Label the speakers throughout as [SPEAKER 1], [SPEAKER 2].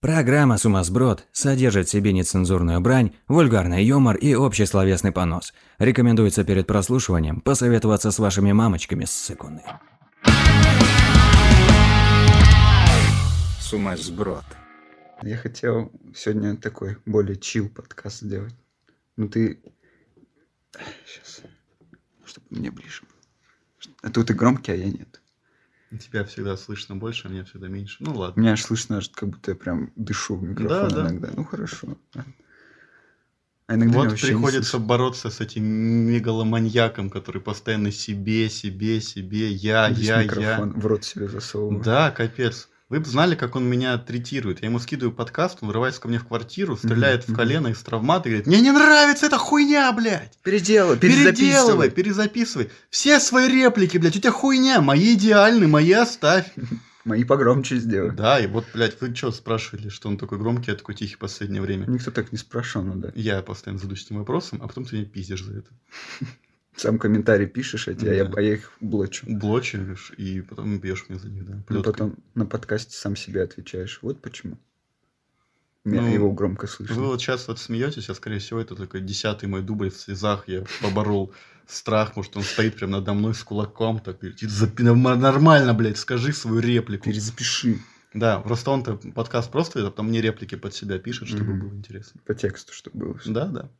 [SPEAKER 1] Программа «Сумасброд» содержит в себе нецензурную брань, вульгарный юмор и общий словесный понос. Рекомендуется перед прослушиванием посоветоваться с вашими мамочками с секунды.
[SPEAKER 2] Сумасброд.
[SPEAKER 3] Я хотел сегодня такой более чил подкаст сделать. Ну ты... Сейчас. Чтобы мне ближе. было. А тут ты громкий, а я нет.
[SPEAKER 4] Тебя всегда слышно больше, а меня всегда меньше. Ну ладно.
[SPEAKER 3] Меня аж слышно, аж как будто я прям дышу в микрофон
[SPEAKER 4] да.
[SPEAKER 3] иногда. Ну хорошо. А иногда меня
[SPEAKER 4] вот
[SPEAKER 3] вообще не
[SPEAKER 4] приходится
[SPEAKER 3] слышно.
[SPEAKER 4] бороться с этим мегаломаньяком, который постоянно себе, себе, себе, я,
[SPEAKER 3] Весь
[SPEAKER 4] я, я.
[SPEAKER 3] микрофон в рот себе засовываю.
[SPEAKER 4] Да, капец. Вы бы знали, как он меня третирует. Я ему скидываю подкаст, он врывается ко мне в квартиру, стреляет в
[SPEAKER 3] мгм.
[SPEAKER 4] колено из травмата и говорит, мне не нравится эта хуйня, блядь!
[SPEAKER 3] Переделывай,
[SPEAKER 4] Переделывай, перезаписывай. Все свои реплики, блядь, у тебя хуйня, мои идеальны, мои оставь.
[SPEAKER 3] Мои погромче сделай.
[SPEAKER 4] Да, и вот, блядь, вы что спрашивали, что он такой громкий, а такой тихий в последнее время?
[SPEAKER 3] Никто так не спрашивал, ну да.
[SPEAKER 4] Я постоянно задаюсь этим вопросом, а потом ты меня пиздишь за это.
[SPEAKER 3] Сам комментарий пишешь, эти, а я,
[SPEAKER 4] Да.
[SPEAKER 3] а я их блочу.
[SPEAKER 4] Блочишь и потом бьешь мне за них, да.
[SPEAKER 3] Ну,
[SPEAKER 4] плеткой.
[SPEAKER 3] потом на подкасте сам себе отвечаешь. Вот почему. Меня
[SPEAKER 4] Ну,
[SPEAKER 3] его громко слышно.
[SPEAKER 4] Вы вот сейчас вот смеетесь, а скорее всего это такой десятый мой дубль в слезах. Я поборол страх, может он стоит прямо надо мной с кулаком, так говорит, «Иди запи- норма- нормально, блядь, скажи свою реплику.
[SPEAKER 3] Перезапиши
[SPEAKER 4] Да, просто он-то подкаст просто, а потом мне реплики под себя пишет, чтобы
[SPEAKER 3] Мгм.
[SPEAKER 4] было интересно.
[SPEAKER 3] по тексту, что было. всё.
[SPEAKER 4] Да, да.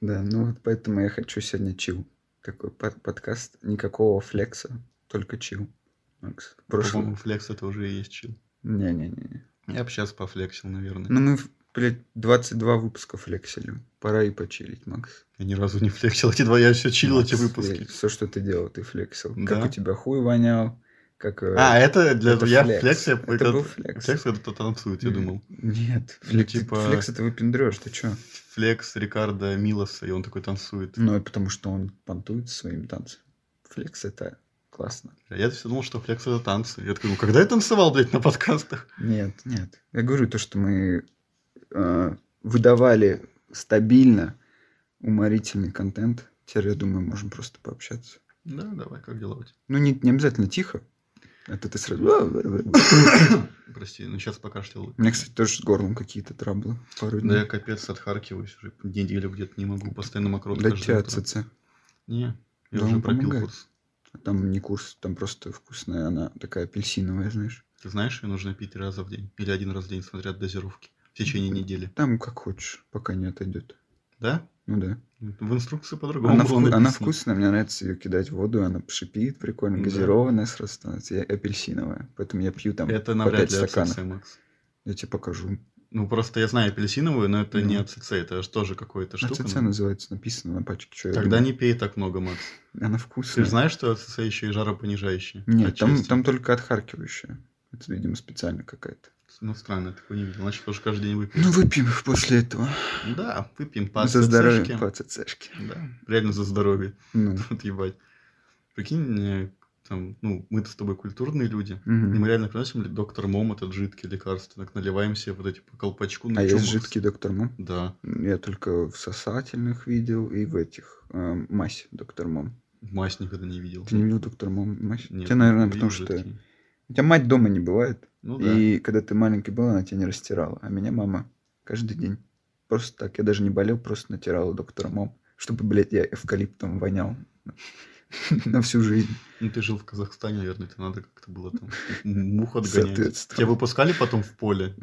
[SPEAKER 3] Да, ну вот поэтому я хочу сегодня чил. Такой под- подкаст, никакого флекса, только чил. Макс, в
[SPEAKER 4] По-моему,
[SPEAKER 3] прошлом...
[SPEAKER 4] флекс это уже и есть чил.
[SPEAKER 3] Не-не-не.
[SPEAKER 4] Я бы сейчас пофлексил, наверное.
[SPEAKER 3] Ну мы, в- блядь, 22 выпуска флексили. Пора и почилить, Макс.
[SPEAKER 4] Я ни разу не флексил эти два, я все
[SPEAKER 3] Ну,
[SPEAKER 4] чилил эти выпуски.
[SPEAKER 3] Все, что ты делал, ты флексил.
[SPEAKER 4] Да.
[SPEAKER 3] Как у тебя хуй вонял, как... э,
[SPEAKER 4] А, это для
[SPEAKER 3] это
[SPEAKER 4] я
[SPEAKER 3] флекс.
[SPEAKER 4] флекс, я
[SPEAKER 3] Это
[SPEAKER 4] когда-
[SPEAKER 3] был флекс.
[SPEAKER 4] когда кто танцует, я
[SPEAKER 3] Мгм.
[SPEAKER 4] думал.
[SPEAKER 3] Нет,
[SPEAKER 4] Ну,
[SPEAKER 3] флекс,
[SPEAKER 4] типа-
[SPEAKER 3] флекс это выпендрешь, ты чё?
[SPEAKER 4] Флекс Рикардо Милоса, и он такой танцует.
[SPEAKER 3] Ну, и потому что он понтует своим танцем. Флекс это классно.
[SPEAKER 4] Я все думал, что флекс это танцы. Я такой, ну когда я танцевал, блядь, на подкастах?
[SPEAKER 3] Нет, нет. Я говорю то, что мы э, выдавали стабильно уморительный контент. Теперь, я думаю, можем просто пообщаться.
[SPEAKER 4] Да, давай, как дела у тебя?
[SPEAKER 3] Ну, не, не обязательно тихо. Это ты сразу...
[SPEAKER 4] Прости, ну сейчас пока что...
[SPEAKER 3] У меня, кстати, тоже с горлом какие-то траблы. Пару
[SPEAKER 4] Да я
[SPEAKER 3] дней.
[SPEAKER 4] капец отхаркиваюсь уже неделю где-то не могу, постоянно мокрот
[SPEAKER 3] Дать
[SPEAKER 4] каждое
[SPEAKER 3] тебе
[SPEAKER 4] утро.
[SPEAKER 3] АЦЦ.
[SPEAKER 4] Не, я
[SPEAKER 3] Да
[SPEAKER 4] уже
[SPEAKER 3] он
[SPEAKER 4] пропил
[SPEAKER 3] помогает.
[SPEAKER 4] курс.
[SPEAKER 3] А Там не курс, там просто вкусная, она такая апельсиновая, знаешь.
[SPEAKER 4] Ты знаешь, ее нужно пить три раза в день или один раз в день, смотря от дозировки, в течение недели.
[SPEAKER 3] Там как хочешь, пока не отойдет.
[SPEAKER 4] Да?
[SPEAKER 3] Ну да.
[SPEAKER 4] В инструкции по-другому
[SPEAKER 3] Она,
[SPEAKER 4] было
[SPEAKER 3] вку- она
[SPEAKER 4] написано.
[SPEAKER 3] вкусная, мне нравится ее кидать в воду, она шипит, прикольно,
[SPEAKER 4] Да.
[SPEAKER 3] газированная сразу становится, и апельсиновая, поэтому я пью там
[SPEAKER 4] Это
[SPEAKER 3] по 5
[SPEAKER 4] навряд ли
[SPEAKER 3] стаканов.
[SPEAKER 4] АЦЦ, Макс.
[SPEAKER 3] Я тебе покажу.
[SPEAKER 4] Ну, просто я знаю апельсиновую, но это не
[SPEAKER 3] Ну.
[SPEAKER 4] АЦЦ, это же тоже какое-то штука.
[SPEAKER 3] АЦЦ
[SPEAKER 4] но-
[SPEAKER 3] называется, написано на пачке. Что
[SPEAKER 4] Тогда не пей так много, Макс.
[SPEAKER 3] Она
[SPEAKER 4] Ты
[SPEAKER 3] вкусная.
[SPEAKER 4] же знаешь, что АЦЦ еще и жаропонижающий?
[SPEAKER 3] Нет, там,
[SPEAKER 4] Отчасти.
[SPEAKER 3] там только отхаркивающая. Это, видимо, специально какая-то.
[SPEAKER 4] Ну, странно, я такого не видел. Значит, тоже каждый день выпьем. Ну
[SPEAKER 3] Ну, выпьем их после этого.
[SPEAKER 4] Да, выпьем по
[SPEAKER 3] За здоровье,
[SPEAKER 4] АЦЦшке.
[SPEAKER 3] по АЦЦшке.
[SPEAKER 4] Да, реально за здоровье.
[SPEAKER 3] Ну,
[SPEAKER 4] Вот ебать. Прикинь, э, там, ну, мы-то с тобой культурные люди.
[SPEAKER 3] мгм.
[SPEAKER 4] И мы реально приносим ли- доктор Мом этот жидкий лекарство. Так наливаем себе вот эти по колпачку. ну,
[SPEAKER 3] а
[SPEAKER 4] чё
[SPEAKER 3] есть
[SPEAKER 4] мы-
[SPEAKER 3] жидкий доктор Мом?
[SPEAKER 4] Да.
[SPEAKER 3] Я только в сосательных видел и в этих. эм, мазь доктор Мом.
[SPEAKER 4] Мазь никогда не видел.
[SPEAKER 3] Ты не видел доктор Мом мазь?
[SPEAKER 4] Нет,
[SPEAKER 3] Тебе, наверное,
[SPEAKER 4] не
[SPEAKER 3] потому
[SPEAKER 4] видел
[SPEAKER 3] что...
[SPEAKER 4] жидкий.
[SPEAKER 3] У тебя мать дома не бывает.
[SPEAKER 4] Ну да.
[SPEAKER 3] И когда ты маленький был, она тебя не растирала. А меня мама каждый день. Просто так. Я даже не болел, просто натирала доктора мом. Чтобы, блядь, я эвкалиптом вонял. На всю жизнь.
[SPEAKER 4] Ну, ты жил в Казахстане, наверное, это надо как-то было там мух отгонять. Тебя
[SPEAKER 3] Соответственно.
[SPEAKER 4] выпускали потом в поле?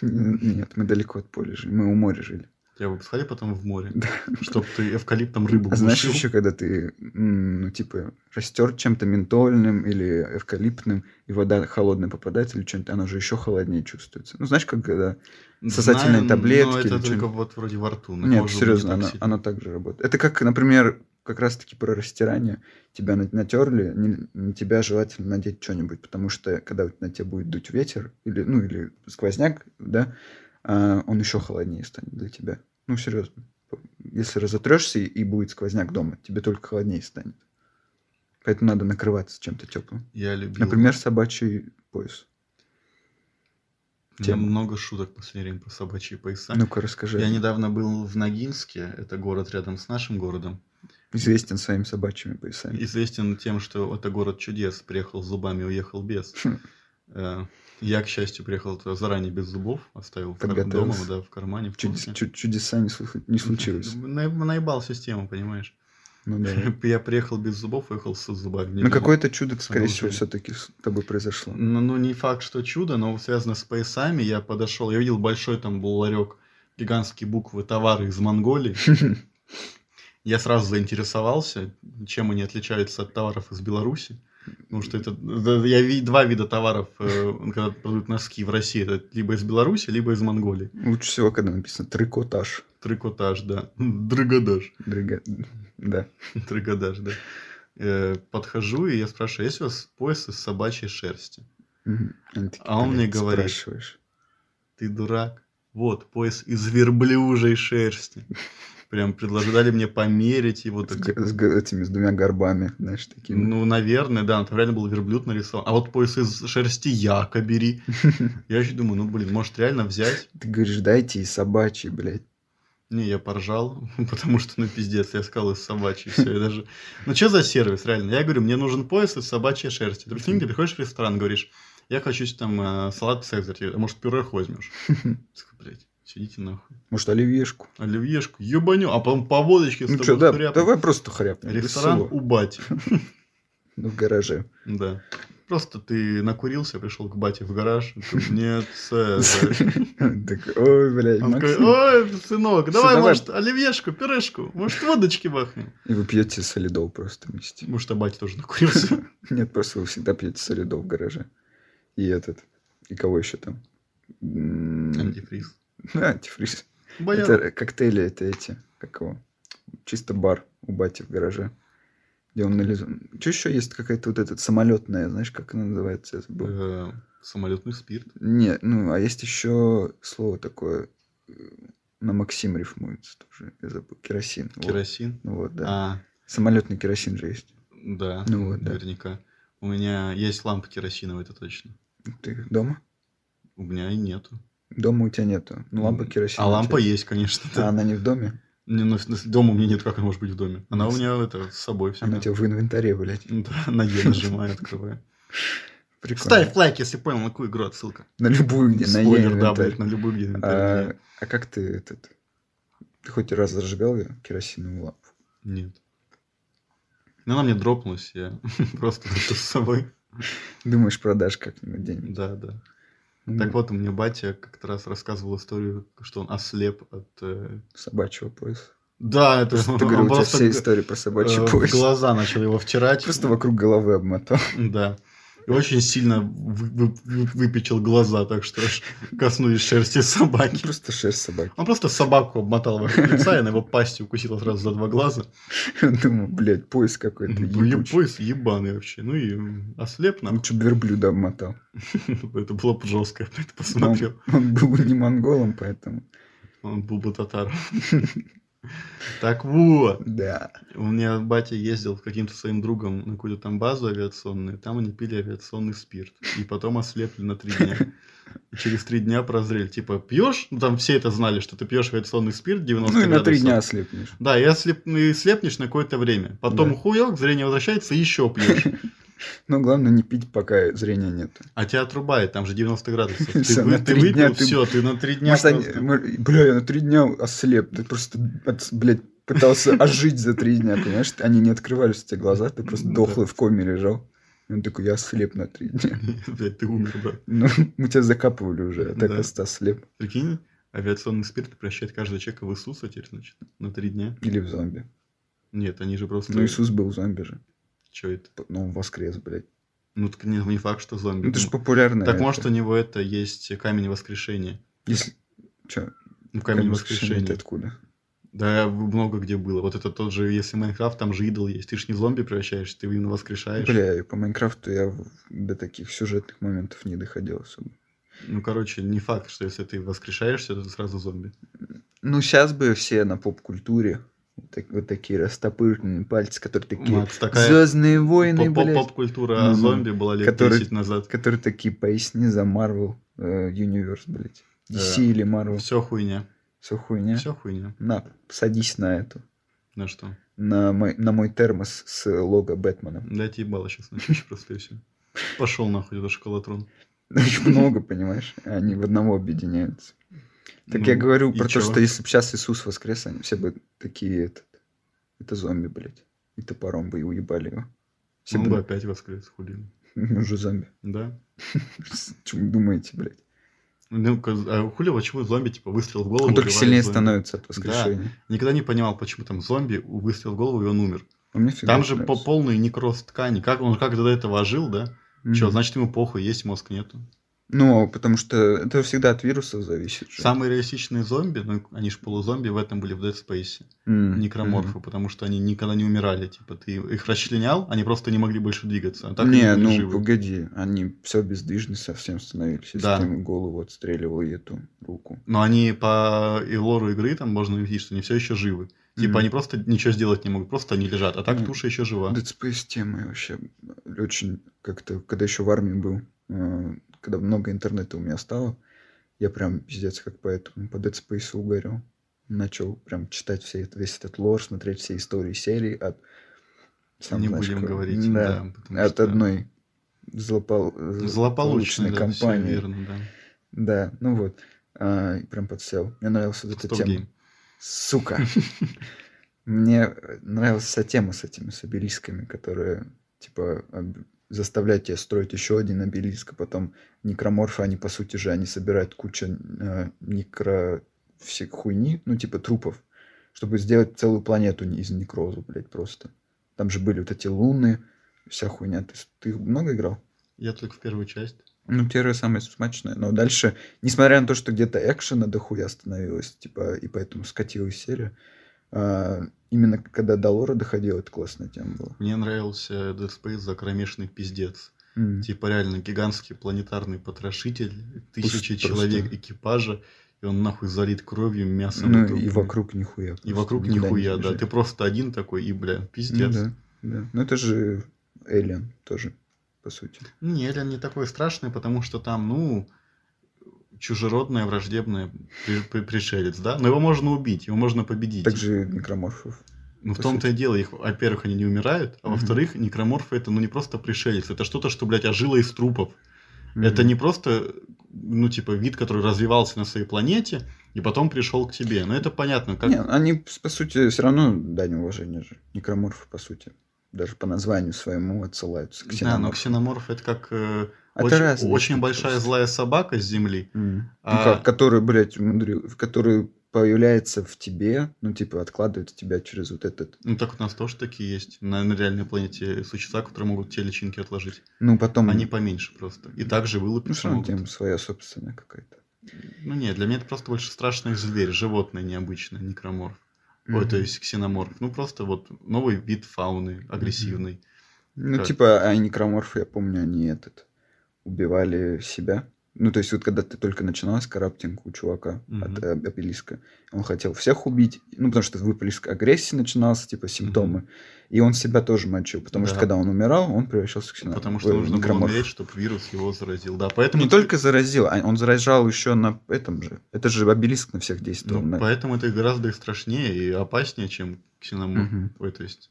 [SPEAKER 3] Нет, мы далеко от поля жили. Мы у моря жили.
[SPEAKER 4] Тебя выпускали потом в море?
[SPEAKER 3] Да.
[SPEAKER 4] Чтоб ты эвкалиптом рыбу
[SPEAKER 3] А знаешь
[SPEAKER 4] глушил?
[SPEAKER 3] еще, когда ты, м, ну, типа, растер чем-то ментольным или эвкалиптным, и вода холодная попадает или что-нибудь, она же еще холоднее чувствуется. Ну, знаешь, как когда... сосательные
[SPEAKER 4] Знаю,
[SPEAKER 3] таблетки
[SPEAKER 4] Но
[SPEAKER 3] или
[SPEAKER 4] это только
[SPEAKER 3] что-нибудь?
[SPEAKER 4] вот вроде во рту. на
[SPEAKER 3] Нет,
[SPEAKER 4] кожу
[SPEAKER 3] серьезно,
[SPEAKER 4] не
[SPEAKER 3] она,
[SPEAKER 4] так сильно.
[SPEAKER 3] она так же работает. Это как, например, как раз-таки про растирание. Тебя на- натерли, не- на тебя желательно надеть что-нибудь, потому что когда вот на тебя будет дуть ветер, или, ну, или сквозняк, да, а, он еще холоднее станет для тебя. Ну, серьезно. Если разотрешься и- и будет сквозняк дома, тебе только холоднее станет. Поэтому надо накрываться чем-то теплым.
[SPEAKER 4] Я любил.
[SPEAKER 3] Например, собачий пояс.
[SPEAKER 4] У меня
[SPEAKER 3] тема. Ну,
[SPEAKER 4] много шуток в последнее время про собачьи пояса.
[SPEAKER 3] Ну-ка, расскажи.
[SPEAKER 4] Я недавно был в Ногинске, это город рядом с нашим городом.
[SPEAKER 3] Известен своими собачьими поясами. Хм.
[SPEAKER 4] Известен тем, что это город чудес, приехал с зубами, уехал без. Э, Я, к счастью, приехал туда заранее без зубов, оставил в кар- дома,
[SPEAKER 3] Подготовился.
[SPEAKER 4] да, в кармане. в
[SPEAKER 3] Чудес-
[SPEAKER 4] сумке.
[SPEAKER 3] чу- чудеса не, слу- не случилось.
[SPEAKER 4] На- Наебал систему, понимаешь?
[SPEAKER 3] Ну да.
[SPEAKER 4] Я приехал без зубов, уехал с зубами.
[SPEAKER 3] Но какое-то чудо,
[SPEAKER 4] Оно
[SPEAKER 3] скорее
[SPEAKER 4] уже
[SPEAKER 3] всего,
[SPEAKER 4] не-
[SPEAKER 3] все-таки с тобой произошло.
[SPEAKER 4] Ну, ну, не факт, что чудо, но связано с поясами. Я подошел, я видел большой там был ларек, гигантские буквы товары из Монголии. Я сразу заинтересовался, чем они отличаются от товаров из Беларуси. Потому что это да, я ви- два вида товаров, э, когда продают носки в России, это либо из Беларуси, либо из Монголии.
[SPEAKER 3] Лучше всего, когда написано трикотаж.
[SPEAKER 4] Трикотаж, да. Дрыгодаж.
[SPEAKER 3] Дрига- Да.
[SPEAKER 4] Дрыгодаж, да. Э, Подхожу, и я спрашиваю, есть у вас пояс из собачьей шерсти?
[SPEAKER 3] Мгм. Они такие,
[SPEAKER 4] А он мне
[SPEAKER 3] «Блядь,
[SPEAKER 4] говорит».
[SPEAKER 3] Спрашиваешь.
[SPEAKER 4] ты дурак. Вот, пояс из верблюжей шерсти. Прям предложили мне померить его.
[SPEAKER 3] С,
[SPEAKER 4] Так,
[SPEAKER 3] г- с г- этими, с двумя горбами, знаешь, такими.
[SPEAKER 4] ну, наверное, да, но там реально был верблюд нарисован. А вот пояс из шерсти яка бери. Я еще думаю, ну, блин, может реально взять?
[SPEAKER 3] Ты говоришь, дайте и собачий, блядь.
[SPEAKER 4] Не, я поржал, потому что, ну, пиздец, я сказал из собачьей, все, я даже... Ну, что за сервис, реально? Я говорю, мне нужен пояс из собачьей шерсти. Прикинь, ты приходишь в ресторан, говоришь, я хочу там э, салат цезарь, Я говорю, а может, пюрех возьмешь? Такой, блядь, сидите нахуй.
[SPEAKER 3] Может, оливьешку?
[SPEAKER 4] Оливьешку, ебаню, а потом по водочке с
[SPEAKER 3] Ну
[SPEAKER 4] тобой
[SPEAKER 3] что, да,
[SPEAKER 4] хряпнем.
[SPEAKER 3] давай просто хряпнем. без
[SPEAKER 4] Ресторан
[SPEAKER 3] всего.
[SPEAKER 4] у бати.
[SPEAKER 3] Ну, в гараже.
[SPEAKER 4] Да. Просто ты накурился, пришел к бате в гараж. он такой, Нет, Цезарь».
[SPEAKER 3] Так, ой, блядь,
[SPEAKER 4] Он такой,
[SPEAKER 3] Максим.
[SPEAKER 4] Ой, сынок,
[SPEAKER 3] Всё,
[SPEAKER 4] давай,
[SPEAKER 3] давай.
[SPEAKER 4] может, оливьешку, пюрешку, может, водочки бахнем.
[SPEAKER 3] И вы пьете солидол просто вместе.
[SPEAKER 4] Может, а батя тоже накурился.
[SPEAKER 3] Нет, просто вы всегда пьете солидол в гараже. И этот. И кого еще там? М,
[SPEAKER 4] Антифриз.
[SPEAKER 3] Да, антифриз.
[SPEAKER 4] Понятно.
[SPEAKER 3] Это коктейли, это эти. Как его? Чисто бар у бати в гараже. Где он нализан. Че еще есть какая-то вот эта самолетная, знаешь, как она называется? Я забыл.
[SPEAKER 4] Э, Самолетный спирт.
[SPEAKER 3] Не, ну, а есть еще слово такое, э, на Максим рифмуется тоже, я забыл, керосин. вот.
[SPEAKER 4] Керосин.
[SPEAKER 3] Ну вот, да.
[SPEAKER 4] А,
[SPEAKER 3] Самолетный керосин же есть.
[SPEAKER 4] да,
[SPEAKER 3] Ну вот, да.
[SPEAKER 4] наверняка. У меня есть лампа керосиновая, это точно.
[SPEAKER 3] Ты дома?
[SPEAKER 4] У меня и нету.
[SPEAKER 3] Дома у тебя нету. Ну, лампа керосин.
[SPEAKER 4] А лампа есть, конечно.
[SPEAKER 3] А
[SPEAKER 4] да.
[SPEAKER 3] она не в доме?
[SPEAKER 4] Не, ну, в смысле, дома у меня нет, как она может быть в доме? Она у меня это с собой
[SPEAKER 3] Она
[SPEAKER 4] всегда.
[SPEAKER 3] у тебя в инвентаре, блядь.
[SPEAKER 4] Ну Да, на Е нажимаю, открываю.
[SPEAKER 3] Прикольно.
[SPEAKER 4] Ставь лайк, если понял, на какую игру отсылка.
[SPEAKER 3] На любую, где на Е
[SPEAKER 4] Спойлер, да,
[SPEAKER 3] инвентарь.
[SPEAKER 4] блядь, на любую где
[SPEAKER 3] а,
[SPEAKER 4] инвентарь.
[SPEAKER 3] а как ты этот... Ты хоть раз зажигал её, керосиновую лампу?
[SPEAKER 4] Нет. Ну, она мне дропнулась, я просто это с собой.
[SPEAKER 3] Думаешь, продашь как-нибудь день?
[SPEAKER 4] Да, да.
[SPEAKER 3] Ну,
[SPEAKER 4] Так вот, мне батя как-то раз рассказывал историю, что он ослеп от... э,
[SPEAKER 3] Собачьего пояса.
[SPEAKER 4] Да, это...
[SPEAKER 3] Просто
[SPEAKER 4] он
[SPEAKER 3] Ты говорил, у тебя
[SPEAKER 4] просто
[SPEAKER 3] вся
[SPEAKER 4] г-
[SPEAKER 3] история про собачий
[SPEAKER 4] э, в
[SPEAKER 3] пояс.
[SPEAKER 4] глаза начал его втирать.
[SPEAKER 3] Просто вокруг головы обмотал.
[SPEAKER 4] Да. И очень сильно вы- вы- вы- выпечил глаза, так что аж коснулись шерсти собаки.
[SPEAKER 3] Просто шерсть собаки.
[SPEAKER 4] Он просто собаку обмотал вокруг лица, и она его пастью укусила сразу за два глаза.
[SPEAKER 3] Думаю, блядь, пояс какой-то
[SPEAKER 4] Ну, еб-
[SPEAKER 3] ебучий.
[SPEAKER 4] пояс ебаный вообще. Ну и м, ослеп нам.
[SPEAKER 3] Лучше бы верблюда обмотал.
[SPEAKER 4] Это было бы жестко, я бы это
[SPEAKER 3] Но он-
[SPEAKER 4] посмотрел.
[SPEAKER 3] Он был не монголом, поэтому...
[SPEAKER 4] Он был бы татаром. Так вот,
[SPEAKER 3] Да.
[SPEAKER 4] у меня батя ездил с каким-то своим другом на какую-то там базу авиационную, там они пили авиационный спирт, и потом ослепли на три дня. И через три дня прозрели, типа, пьешь? Ну, там все это знали, что ты пьешь авиационный спирт 90
[SPEAKER 3] Ну и на три
[SPEAKER 4] градусов.
[SPEAKER 3] дня ослепнешь.
[SPEAKER 4] Да, и, ослеп... ну, и слепнешь на какое-то время. Потом
[SPEAKER 3] Да.
[SPEAKER 4] хуёк, зрение возвращается, еще пьешь.
[SPEAKER 3] Но главное не пить, пока зрения нет.
[SPEAKER 4] А тебя отрубает, там же 90 градусов. Ты,
[SPEAKER 3] Всё,
[SPEAKER 4] вы-
[SPEAKER 3] на
[SPEAKER 4] ты
[SPEAKER 3] три
[SPEAKER 4] выпил,
[SPEAKER 3] дня ты-
[SPEAKER 4] все, ты на три дня.
[SPEAKER 3] Может, они-
[SPEAKER 4] просто-
[SPEAKER 3] мы- Бля, я на три дня ослеп. Ты просто, от- блядь, пытался ожить за три дня, понимаешь? Они не открывались у тебя глаза, ты просто
[SPEAKER 4] Ну, да.
[SPEAKER 3] дохлый в коме лежал. И он такой, я ослеп на три дня.
[SPEAKER 4] Блядь, ты умер, брат.
[SPEAKER 3] Ну, мы тебя закапывали уже, а так
[SPEAKER 4] Да.
[SPEAKER 3] просто ослеп.
[SPEAKER 4] Прикинь, авиационный спирт превращает каждого человека в Иисуса теперь, значит, на три дня.
[SPEAKER 3] Или в зомби.
[SPEAKER 4] Нет, они же просто...
[SPEAKER 3] Ну, Иисус был зомби же.
[SPEAKER 4] Чё это?
[SPEAKER 3] Ну, он воскрес, блядь.
[SPEAKER 4] Ну, так не, не факт, что зомби.
[SPEAKER 3] Ну, это же
[SPEAKER 4] Ну,
[SPEAKER 3] популярно.
[SPEAKER 4] так может, у него это есть камень воскрешения.
[SPEAKER 3] Если... Чё?
[SPEAKER 4] Ну, камень
[SPEAKER 3] Камень воскрешения.
[SPEAKER 4] воскрешения.
[SPEAKER 3] откуда?
[SPEAKER 4] Да, много где было. Вот это тот же, если Майнкрафт, там же идол есть. Ты ж не в зомби превращаешься, ты именно воскрешаешь.
[SPEAKER 3] Бля, и по Майнкрафту я в- до таких сюжетных моментов не доходил особо.
[SPEAKER 4] Ну, короче, не факт, что если ты воскрешаешься, то ты сразу зомби.
[SPEAKER 3] Ну, сейчас бы все на поп-культуре. Вот, так- вот такие растопыренные пальцы, которые такие...
[SPEAKER 4] Макс, такая
[SPEAKER 3] Звездные войны,
[SPEAKER 4] Поп- поп-
[SPEAKER 3] блядь.
[SPEAKER 4] Поп-культура о
[SPEAKER 3] Ну,
[SPEAKER 4] зомби была лет
[SPEAKER 3] который-
[SPEAKER 4] 10 назад.
[SPEAKER 3] Которые такие, поясни за Marvel э, Universe, блядь. DC
[SPEAKER 4] Да.
[SPEAKER 3] или Marvel.
[SPEAKER 4] Все хуйня.
[SPEAKER 3] Все хуйня.
[SPEAKER 4] Все хуйня.
[SPEAKER 3] На, садись на эту.
[SPEAKER 4] На что?
[SPEAKER 3] На мой, на мой термос с лого Бэтмена.
[SPEAKER 4] Дайте ебало сейчас начищу просто и все. Пошел нахуй, это шоколатрон.
[SPEAKER 3] Их много, понимаешь? Они в одного объединяются. Так я
[SPEAKER 4] Ну,
[SPEAKER 3] говорю
[SPEAKER 4] и
[SPEAKER 3] про
[SPEAKER 4] чё?
[SPEAKER 3] то, что если бы сейчас Иисус воскрес, они все бы такие, этот, это зомби, блядь. И топором бы и уебали его. Все
[SPEAKER 4] Он бы
[SPEAKER 3] бы,
[SPEAKER 4] опять воскрес, хулин.
[SPEAKER 3] «Мы уже зомби.
[SPEAKER 4] Да.
[SPEAKER 3] Чем вы думаете, блядь?
[SPEAKER 4] Ну, ка- а хули, почему зомби, типа, выстрел в голову?
[SPEAKER 3] Он только
[SPEAKER 4] убивает
[SPEAKER 3] сильнее
[SPEAKER 4] зомби?
[SPEAKER 3] становится от воскрешения.
[SPEAKER 4] Никогда не понимал, почему там зомби у- выстрел в голову, и он умер.
[SPEAKER 3] А мне фига
[SPEAKER 4] Там
[SPEAKER 3] не
[SPEAKER 4] же по
[SPEAKER 3] нравится.
[SPEAKER 4] полный некроз ткани. Как он как до этого жил, да?
[SPEAKER 3] Мгм.
[SPEAKER 4] Че, значит, ему похуй, есть мозг нету.
[SPEAKER 3] Ну, потому что это всегда от вирусов зависит. же.
[SPEAKER 4] Самые реалистичные зомби, ну, они же полузомби, в этом были в Dead Space.
[SPEAKER 3] М,
[SPEAKER 4] Некроморфы,
[SPEAKER 3] мгм.
[SPEAKER 4] потому что они никогда не умирали. Типа, ты их расчленял, они просто не могли больше двигаться. А так
[SPEAKER 3] не,
[SPEAKER 4] они были
[SPEAKER 3] ну
[SPEAKER 4] живы.
[SPEAKER 3] погоди, они все бездвижны совсем становились. Если
[SPEAKER 4] Да.
[SPEAKER 3] ты им голову отстреливал и эту руку.
[SPEAKER 4] Но они по и лору игры там можно увидеть, что они все еще живы. Типа
[SPEAKER 3] Мгм.
[SPEAKER 4] они просто ничего сделать не могут, просто они лежат. А так
[SPEAKER 3] Ну,
[SPEAKER 4] туша еще жива.
[SPEAKER 3] Dead Space темы вообще очень как-то, когда еще в армии был, э, когда много интернета у меня стало, я прям пиздец как по этому, по Dead Space угорел. Начал прям читать все, это- весь этот лор, смотреть все истории серии от... сам
[SPEAKER 4] не
[SPEAKER 3] знаешь,
[SPEAKER 4] будем
[SPEAKER 3] какой.
[SPEAKER 4] говорить.
[SPEAKER 3] Да,
[SPEAKER 4] Да, потому
[SPEAKER 3] от
[SPEAKER 4] что
[SPEAKER 3] одной злопол-
[SPEAKER 4] злополучной
[SPEAKER 3] злополучной
[SPEAKER 4] да, всё
[SPEAKER 3] компании.
[SPEAKER 4] верно, да.
[SPEAKER 3] Да, ну вот. А, и прям подсел. Мне нравилась вот эта
[SPEAKER 4] Стоп,
[SPEAKER 3] тема.
[SPEAKER 4] гейм.
[SPEAKER 3] Сука. Мне нравилась эта тема с этими с обелисками, которые, типа, об- заставляют тебя строить еще один обелиск, а потом некроморфы, они, по сути же, они собирают кучу э, некро... всей хуйни, ну, типа, трупов, чтобы сделать целую планету не- из некроза, блядь, просто. Там же были вот эти луны, вся хуйня. Ты, с- ты много играл?
[SPEAKER 4] Я только в первую часть.
[SPEAKER 3] Ну, первая самая смачная, но дальше, несмотря на то, что где-то экшена дохуя становилось, типа, и поэтому скатилась серия, а, именно когда до лора доходила, это классная тема была.
[SPEAKER 4] Мне нравился Dead Space за кромешный пиздец.
[SPEAKER 3] М.
[SPEAKER 4] Типа реально гигантский планетарный потрошитель, тысячи
[SPEAKER 3] Пусть
[SPEAKER 4] человек
[SPEAKER 3] просто.
[SPEAKER 4] экипажа, и он нахуй залит кровью, мясом.
[SPEAKER 3] Ну,
[SPEAKER 4] трупами.
[SPEAKER 3] и вокруг нихуя.
[SPEAKER 4] И
[SPEAKER 3] просто,
[SPEAKER 4] вокруг
[SPEAKER 3] никуда не
[SPEAKER 4] нихуя, да.
[SPEAKER 3] сбежать.
[SPEAKER 4] Ты просто один такой, и, бля, пиздец.
[SPEAKER 3] Ну, да, да. Ну, это же Эллен тоже, по сути.
[SPEAKER 4] Не, Элен не такой страшный, потому что там, ну, чужеродное, враждебное при- при- пришелец, да? Но его можно убить, его можно победить.
[SPEAKER 3] Также некроморфов.
[SPEAKER 4] Но Ну, в
[SPEAKER 3] по
[SPEAKER 4] том-то и дело, их, во-первых, они не умирают, а
[SPEAKER 3] Мгм.
[SPEAKER 4] во-вторых, некроморфы это, ну, не просто пришелец, это что-то, что, блядь, ожило из трупов. Это
[SPEAKER 3] М.
[SPEAKER 4] не просто, ну, типа, вид, который развивался на своей планете и потом пришел к тебе. Ну, это понятно, как...
[SPEAKER 3] Не, они, с- по сути, все равно дань уважения же. Некроморфы, по сути. Даже по названию своему отсылаются к
[SPEAKER 4] Да,
[SPEAKER 3] ксеноморфам.
[SPEAKER 4] но ксеноморф это как э,
[SPEAKER 3] Это
[SPEAKER 4] очень,
[SPEAKER 3] разные
[SPEAKER 4] очень
[SPEAKER 3] штуки
[SPEAKER 4] большая
[SPEAKER 3] просто.
[SPEAKER 4] злая собака с земли.
[SPEAKER 3] М. Ну
[SPEAKER 4] А-
[SPEAKER 3] как, который, блядь, умудрил- в который появляется в тебе, ну, типа, откладывает в тебя через вот этот...
[SPEAKER 4] Ну так у нас тоже такие есть. На, на реальной планете существа, которые могут те личинки отложить.
[SPEAKER 3] Ну, потом...
[SPEAKER 4] Они поменьше просто. И также
[SPEAKER 3] Ну,
[SPEAKER 4] вылупиться
[SPEAKER 3] все равно
[SPEAKER 4] могут.
[SPEAKER 3] тема своя собственная какая-то.
[SPEAKER 4] Ну нет, для меня это просто больше страшный зверь, животное необычное, некроморф. Ой,
[SPEAKER 3] Мгм.
[SPEAKER 4] то есть ксеноморф. Ну просто вот новый вид фауны, агрессивный.
[SPEAKER 3] Ну,
[SPEAKER 4] как?
[SPEAKER 3] типа, а некроморфы, я помню, они этот... Убивали себя. Ну, то есть, вот когда ты только начиналась караптинг у чувака от
[SPEAKER 4] Мгм.
[SPEAKER 3] э, обелиска, он хотел всех убить, ну, потому что выплеск агрессии начинался, типа, симптомы. И он себя тоже мочил, потому что
[SPEAKER 4] Да.
[SPEAKER 3] когда он умирал, он превращался в э, ксеноморф.
[SPEAKER 4] Потому что
[SPEAKER 3] Ой,
[SPEAKER 4] нужно было
[SPEAKER 3] некроморф.
[SPEAKER 4] умереть, чтобы вирус его заразил. Да, поэтому...
[SPEAKER 3] Не
[SPEAKER 4] ты-
[SPEAKER 3] только заразил, а он заражал еще на этом же. Это же обелиск на всех
[SPEAKER 4] Ну,
[SPEAKER 3] действовал. на-
[SPEAKER 4] поэтому это гораздо и страшнее и опаснее, чем ксеноморф.
[SPEAKER 3] Мгм.
[SPEAKER 4] Ой, то есть...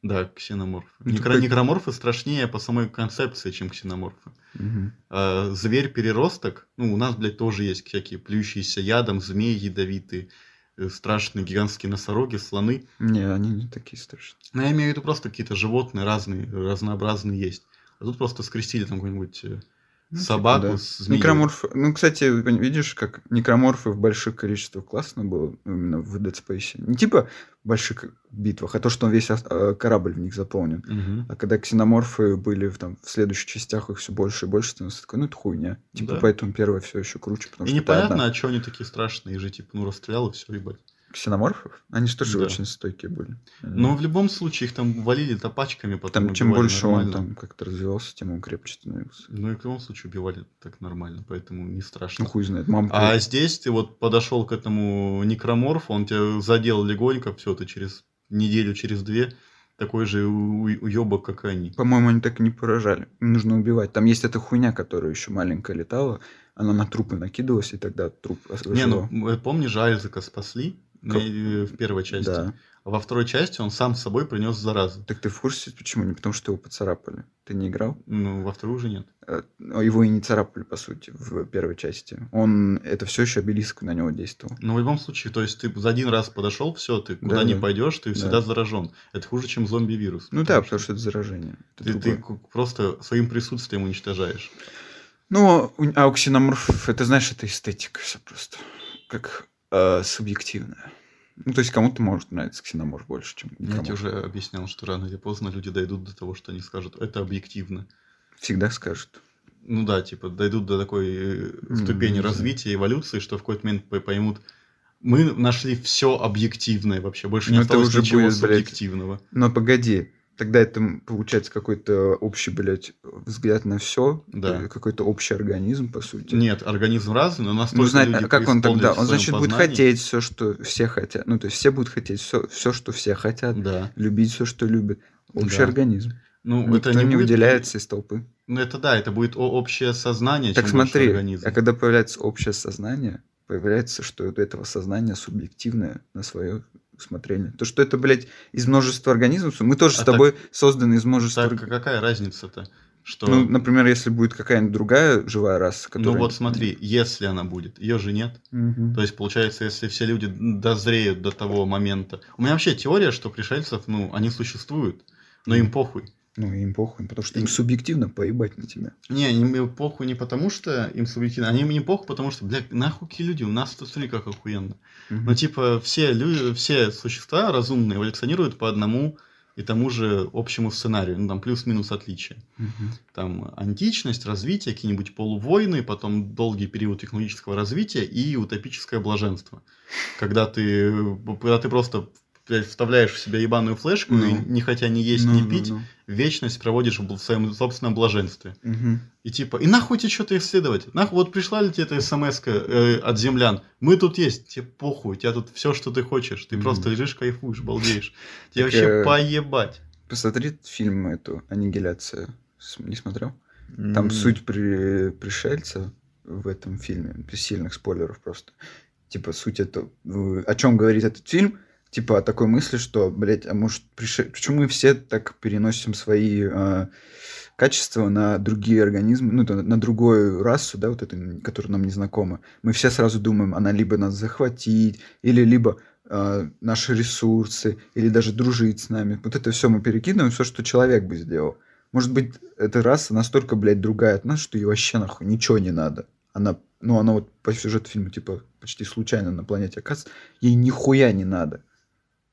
[SPEAKER 4] Да, ксеноморф.
[SPEAKER 3] Ну,
[SPEAKER 4] Некро-
[SPEAKER 3] такой-
[SPEAKER 4] Некроморфы страшнее по самой концепции, чем ксеноморфы.
[SPEAKER 3] Мгм.
[SPEAKER 4] а, зверь-переросток, ну, у нас, блядь, тоже есть всякие плюющиеся ядом, змеи ядовитые, э, страшные гигантские носороги, слоны.
[SPEAKER 3] Не, они не такие страшные.
[SPEAKER 4] Но Ну, я имею в виду просто какие-то животные разные, разнообразные есть. А тут просто скрестили там какую-нибудь э,
[SPEAKER 3] Ну,
[SPEAKER 4] собаку
[SPEAKER 3] типа, да.
[SPEAKER 4] с змеей.
[SPEAKER 3] Некроморф. Ну, кстати, вы видишь, как некроморфы в больших количествах классно было именно в Dead Space. Не типа в больших битвах, а то, что он весь ос- э, корабль в них заполнен.
[SPEAKER 4] Мгм.
[SPEAKER 3] А когда ксеноморфы были в, там, в следующих частях, их все больше и больше становится такой, ну это хуйня. Типа
[SPEAKER 4] Да.
[SPEAKER 3] поэтому первое все еще круче, потому
[SPEAKER 4] И
[SPEAKER 3] что это
[SPEAKER 4] непонятно,
[SPEAKER 3] одна.
[SPEAKER 4] а чё они такие страшные, и же типа, ну, расстрелял и все, ебать.
[SPEAKER 3] Ксеноморфов? Они же тоже
[SPEAKER 4] Да. Ну,
[SPEAKER 3] очень стойкие были.
[SPEAKER 4] Но в любом случае их там валили топачками потом.
[SPEAKER 3] Там чем
[SPEAKER 4] убивали
[SPEAKER 3] больше он
[SPEAKER 4] Ну, нормально.
[SPEAKER 3] там как-то развивался, тем он крепче становился.
[SPEAKER 4] Ну и в любом случае убивали так нормально, поэтому не страшно.
[SPEAKER 3] Ну хуй знает, мамка.
[SPEAKER 4] А здесь ты вот подошел к этому некроморфу, он тебя задел легонько, все, ты через неделю, через две такой же у- у- уебок, как и они.
[SPEAKER 3] По-моему, они так и не поражали. Им Нужно убивать. Там есть эта хуйня, которая еще маленькая летала. Она на трупы накидывалась, и тогда труп ос-
[SPEAKER 4] Не,
[SPEAKER 3] оживал.
[SPEAKER 4] ну э, помнишь, Айзека спасли, на- э, в первой части.
[SPEAKER 3] Да.
[SPEAKER 4] А во второй части он сам с собой принес заразу.
[SPEAKER 3] Так ты в курсе, почему? Не потому, что его поцарапали. Ты не играл?
[SPEAKER 4] Ну, во второй уже нет.
[SPEAKER 3] Э, ну, Его и не царапали, по сути, в первой части. Он... Это все еще обелиск на него действовал.
[SPEAKER 4] Но в любом случае, то есть ты за один раз подошел, все, ты куда
[SPEAKER 3] Да,
[SPEAKER 4] не
[SPEAKER 3] да.
[SPEAKER 4] пойдешь, ты
[SPEAKER 3] Да.
[SPEAKER 4] всегда заражен. Это хуже, чем зомби-вирус.
[SPEAKER 3] Ну да, потому что это заражение. Это
[SPEAKER 4] Ты,
[SPEAKER 3] другое.
[SPEAKER 4] ты ку- просто своим присутствием уничтожаешь.
[SPEAKER 3] Ну, у- а у ксеноморфов, это знаешь, это эстетика все просто. Как э, субъективная. Ну, то есть кому-то может нравиться ксеноморф больше, чем
[SPEAKER 4] Я тебе
[SPEAKER 3] кому-то.
[SPEAKER 4] Ну, уже объяснял, что рано или поздно люди дойдут до того, что они скажут, это объективно.
[SPEAKER 3] Всегда скажут.
[SPEAKER 4] Ну да, типа дойдут до такой э,
[SPEAKER 3] М,
[SPEAKER 4] ступени
[SPEAKER 3] не знаю.
[SPEAKER 4] развития, эволюции, что в какой-то момент по- поймут, мы нашли все объективное вообще, больше не
[SPEAKER 3] Ну это
[SPEAKER 4] осталось
[SPEAKER 3] уже
[SPEAKER 4] ничего
[SPEAKER 3] будет, блядь,
[SPEAKER 4] субъективного.
[SPEAKER 3] Но погоди, тогда это м, получается какой-то общий, блядь, взгляд на все.
[SPEAKER 4] Да.
[SPEAKER 3] Какой-то общий организм, по сути.
[SPEAKER 4] Нет, организм разный, но настолько
[SPEAKER 3] Ну, знаете,
[SPEAKER 4] люди
[SPEAKER 3] а как он
[SPEAKER 4] преисполнились
[SPEAKER 3] тогда?
[SPEAKER 4] в
[SPEAKER 3] Он,
[SPEAKER 4] своём
[SPEAKER 3] значит, будет
[SPEAKER 4] познании.
[SPEAKER 3] хотеть все, что все хотят. Ну, то есть все будут хотеть все, все что все хотят.
[SPEAKER 4] Да.
[SPEAKER 3] Любить все, что любят. Общий
[SPEAKER 4] Да.
[SPEAKER 3] организм.
[SPEAKER 4] Ну,
[SPEAKER 3] Никто
[SPEAKER 4] это не,
[SPEAKER 3] не
[SPEAKER 4] будет-
[SPEAKER 3] выделяется из толпы.
[SPEAKER 4] Ну, это да, это будет о- общее сознание,
[SPEAKER 3] Так
[SPEAKER 4] чем больше
[SPEAKER 3] смотри,
[SPEAKER 4] организм.
[SPEAKER 3] а когда появляется общее сознание, появляется, что у этого сознания субъективное на свое усмотрение. То, что это, блядь, из множества организмов, мы тоже
[SPEAKER 4] А
[SPEAKER 3] с тобой созданы из множества...
[SPEAKER 4] Так,
[SPEAKER 3] орг-
[SPEAKER 4] а какая разница-то? Что...
[SPEAKER 3] Ну, например, если будет какая-нибудь другая живая раса,
[SPEAKER 4] ну
[SPEAKER 3] которая...
[SPEAKER 4] вот смотри, если она будет, ее же нет.
[SPEAKER 3] Мгм.
[SPEAKER 4] То есть, получается, если все люди дозреют до того момента... У меня вообще теория, что пришельцев, ну, они существуют, но им похуй.
[SPEAKER 3] Ну, им похуй, потому что
[SPEAKER 4] И-
[SPEAKER 3] им субъективно поебать на тебя.
[SPEAKER 4] Не, им похуй не потому, что им субъективно, они им не похуй, потому что, бля, нахуй какие люди, у нас тут смотри, как охуенно. Ну,
[SPEAKER 3] Мгм.
[SPEAKER 4] типа, все люди, все существа разумные эволюционируют по одному и тому же общему сценарию, ну, там, плюс-минус отличия.
[SPEAKER 3] Мгм.
[SPEAKER 4] там античность, развитие, какие-нибудь полувойны, потом долгий период технологического развития и утопическое блаженство. Когда ты, когда ты просто блядь, вставляешь в себя ебаную флешку
[SPEAKER 3] Ну.
[SPEAKER 4] и не хотя не есть,
[SPEAKER 3] Ну,
[SPEAKER 4] не
[SPEAKER 3] ну,
[SPEAKER 4] пить,
[SPEAKER 3] ну.
[SPEAKER 4] вечность проводишь в бл- своем собственном блаженстве.
[SPEAKER 3] Мгм.
[SPEAKER 4] И типа, и нахуй тебе что-то исследовать? Нахуй, вот пришла ли тебе эта смс от землян? Мы тут есть, тебе похуй, у тебя тут все, что ты хочешь. Ты
[SPEAKER 3] Мгм.
[SPEAKER 4] просто лежишь, кайфуешь, балдеешь.
[SPEAKER 3] Так,
[SPEAKER 4] Тебе вообще
[SPEAKER 3] э,
[SPEAKER 4] поебать.
[SPEAKER 3] Посмотри фильм эту «Аннигиляция». С- Не смотрел? Там
[SPEAKER 4] М.
[SPEAKER 3] суть при- пришельца в этом фильме, без сильных спойлеров просто. Типа, суть это... в- О чем говорит этот фильм? Типа, о такой мысли, что, блядь, а может, пришель... Почему мы все так переносим свои э, качества на другие организмы, ну, на- на другую расу, да, вот эту, которая нам не знакома? Мы все сразу думаем, она либо нас захватит, или либо э, наши ресурсы, или даже дружить с нами. Вот это все мы перекидываем, все, что человек бы сделал. Может быть, эта раса настолько, блядь, другая от нас, что ей вообще нахуй ничего не надо. Она, ну, она вот по сюжету фильма, типа, почти случайно на планете оказывается, ей нихуя не надо.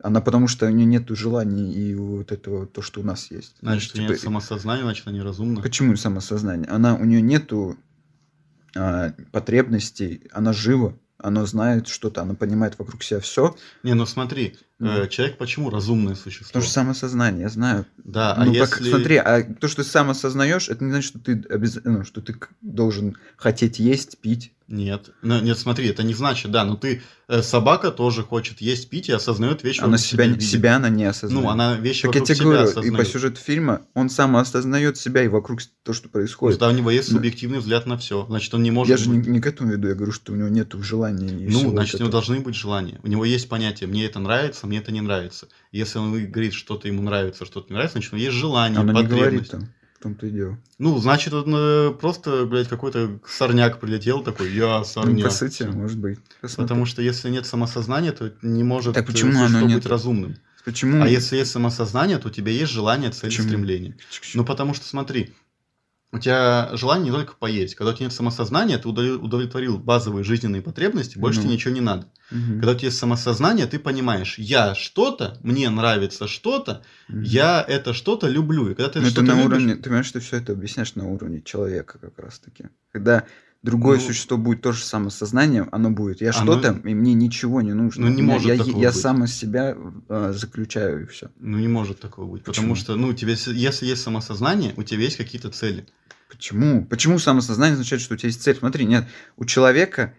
[SPEAKER 3] Она потому что у нее нету желаний и вот этого, то, что у нас есть.
[SPEAKER 4] Значит, у
[SPEAKER 3] Типа,
[SPEAKER 4] меня нет самосознания, значит, они разумны.
[SPEAKER 3] Почему самосознание? Она, у нее нету а, потребностей, она жива, она знает что-то, она понимает вокруг себя все.
[SPEAKER 4] Не, ну смотри, э,
[SPEAKER 3] Мгм.
[SPEAKER 4] человек почему разумное существо?
[SPEAKER 3] Потому что самосознание, я знаю,
[SPEAKER 4] Да, а
[SPEAKER 3] ну, так
[SPEAKER 4] если...
[SPEAKER 3] смотри, а то, что ты сам осознаешь, это не значит, что ты обязательно, что ты к- должен хотеть есть, пить.
[SPEAKER 4] Нет, ну, нет, смотри, это не значит, да, но ты... э, собака тоже хочет есть, пить и осознает вещи
[SPEAKER 3] она
[SPEAKER 4] вокруг
[SPEAKER 3] себя, не-
[SPEAKER 4] видит.
[SPEAKER 3] себя она не осознает.
[SPEAKER 4] Ну, она вещи
[SPEAKER 3] так я
[SPEAKER 4] вокруг
[SPEAKER 3] тебе
[SPEAKER 4] себя
[SPEAKER 3] говорю, и по
[SPEAKER 4] осознает.
[SPEAKER 3] сюжету фильма он сам осознает себя и вокруг с- то, что происходит.
[SPEAKER 4] Да, у него есть
[SPEAKER 3] Ну.
[SPEAKER 4] субъективный взгляд на все. Значит, он не может...
[SPEAKER 3] я же не,
[SPEAKER 4] быть-
[SPEAKER 3] не к этому веду, я говорю, что у него нет желания. и всего
[SPEAKER 4] Ну, значит, у него
[SPEAKER 3] этого.
[SPEAKER 4] должны быть желания. У него есть понятие, мне это нравится, мне это не нравится. Если он говорит, что-то ему нравится, что-то не нравится, значит, у него есть желание,
[SPEAKER 3] Она не говорит
[SPEAKER 4] потребность.
[SPEAKER 3] там, в том-то и дело.
[SPEAKER 4] ну, значит, он э, просто, блядь, какой-то сорняк прилетел такой, я
[SPEAKER 3] Ну, по
[SPEAKER 4] сорняк.
[SPEAKER 3] сути,
[SPEAKER 4] Всё.
[SPEAKER 3] может быть. Посмотри.
[SPEAKER 4] Потому что если нет самосознания, то не может
[SPEAKER 3] Так почему
[SPEAKER 4] э, существо
[SPEAKER 3] оно нет?
[SPEAKER 4] быть разумным.
[SPEAKER 3] Почему?
[SPEAKER 4] А если есть самосознание, то у тебя есть желание, цель,
[SPEAKER 3] Почему?
[SPEAKER 4] стремление. Ну, потому что, смотри, у тебя желание не только поесть. Когда у тебя нет самосознания, ты удали- удовлетворил базовые жизненные потребности, больше
[SPEAKER 3] Ну.
[SPEAKER 4] тебе ничего не надо.
[SPEAKER 3] Мгм.
[SPEAKER 4] Когда у тебя есть самосознание, ты понимаешь, я что-то, мне нравится что-то,
[SPEAKER 3] Мгм.
[SPEAKER 4] я это что-то люблю. И когда ты
[SPEAKER 3] Ну, это
[SPEAKER 4] что-то
[SPEAKER 3] на
[SPEAKER 4] любишь-
[SPEAKER 3] уровне, ты понимаешь, ты все это объясняешь на уровне человека как раз-таки. Когда другое
[SPEAKER 4] Ну,
[SPEAKER 3] существо будет тоже самосознанием, оно будет. Я
[SPEAKER 4] оно-
[SPEAKER 3] что-то, и мне ничего не нужно.
[SPEAKER 4] Ну, не
[SPEAKER 3] У меня-
[SPEAKER 4] может
[SPEAKER 3] я,
[SPEAKER 4] такого
[SPEAKER 3] я
[SPEAKER 4] быть.
[SPEAKER 3] сам из себя э, заключаю и все.
[SPEAKER 4] Ну, не может такого быть. Потому
[SPEAKER 3] Почему?
[SPEAKER 4] что, ну, у тебя, с- если есть самосознание, у тебя есть какие-то цели.
[SPEAKER 3] Почему? Почему самосознание означает, что у тебя есть цель? Смотри, нет, у человека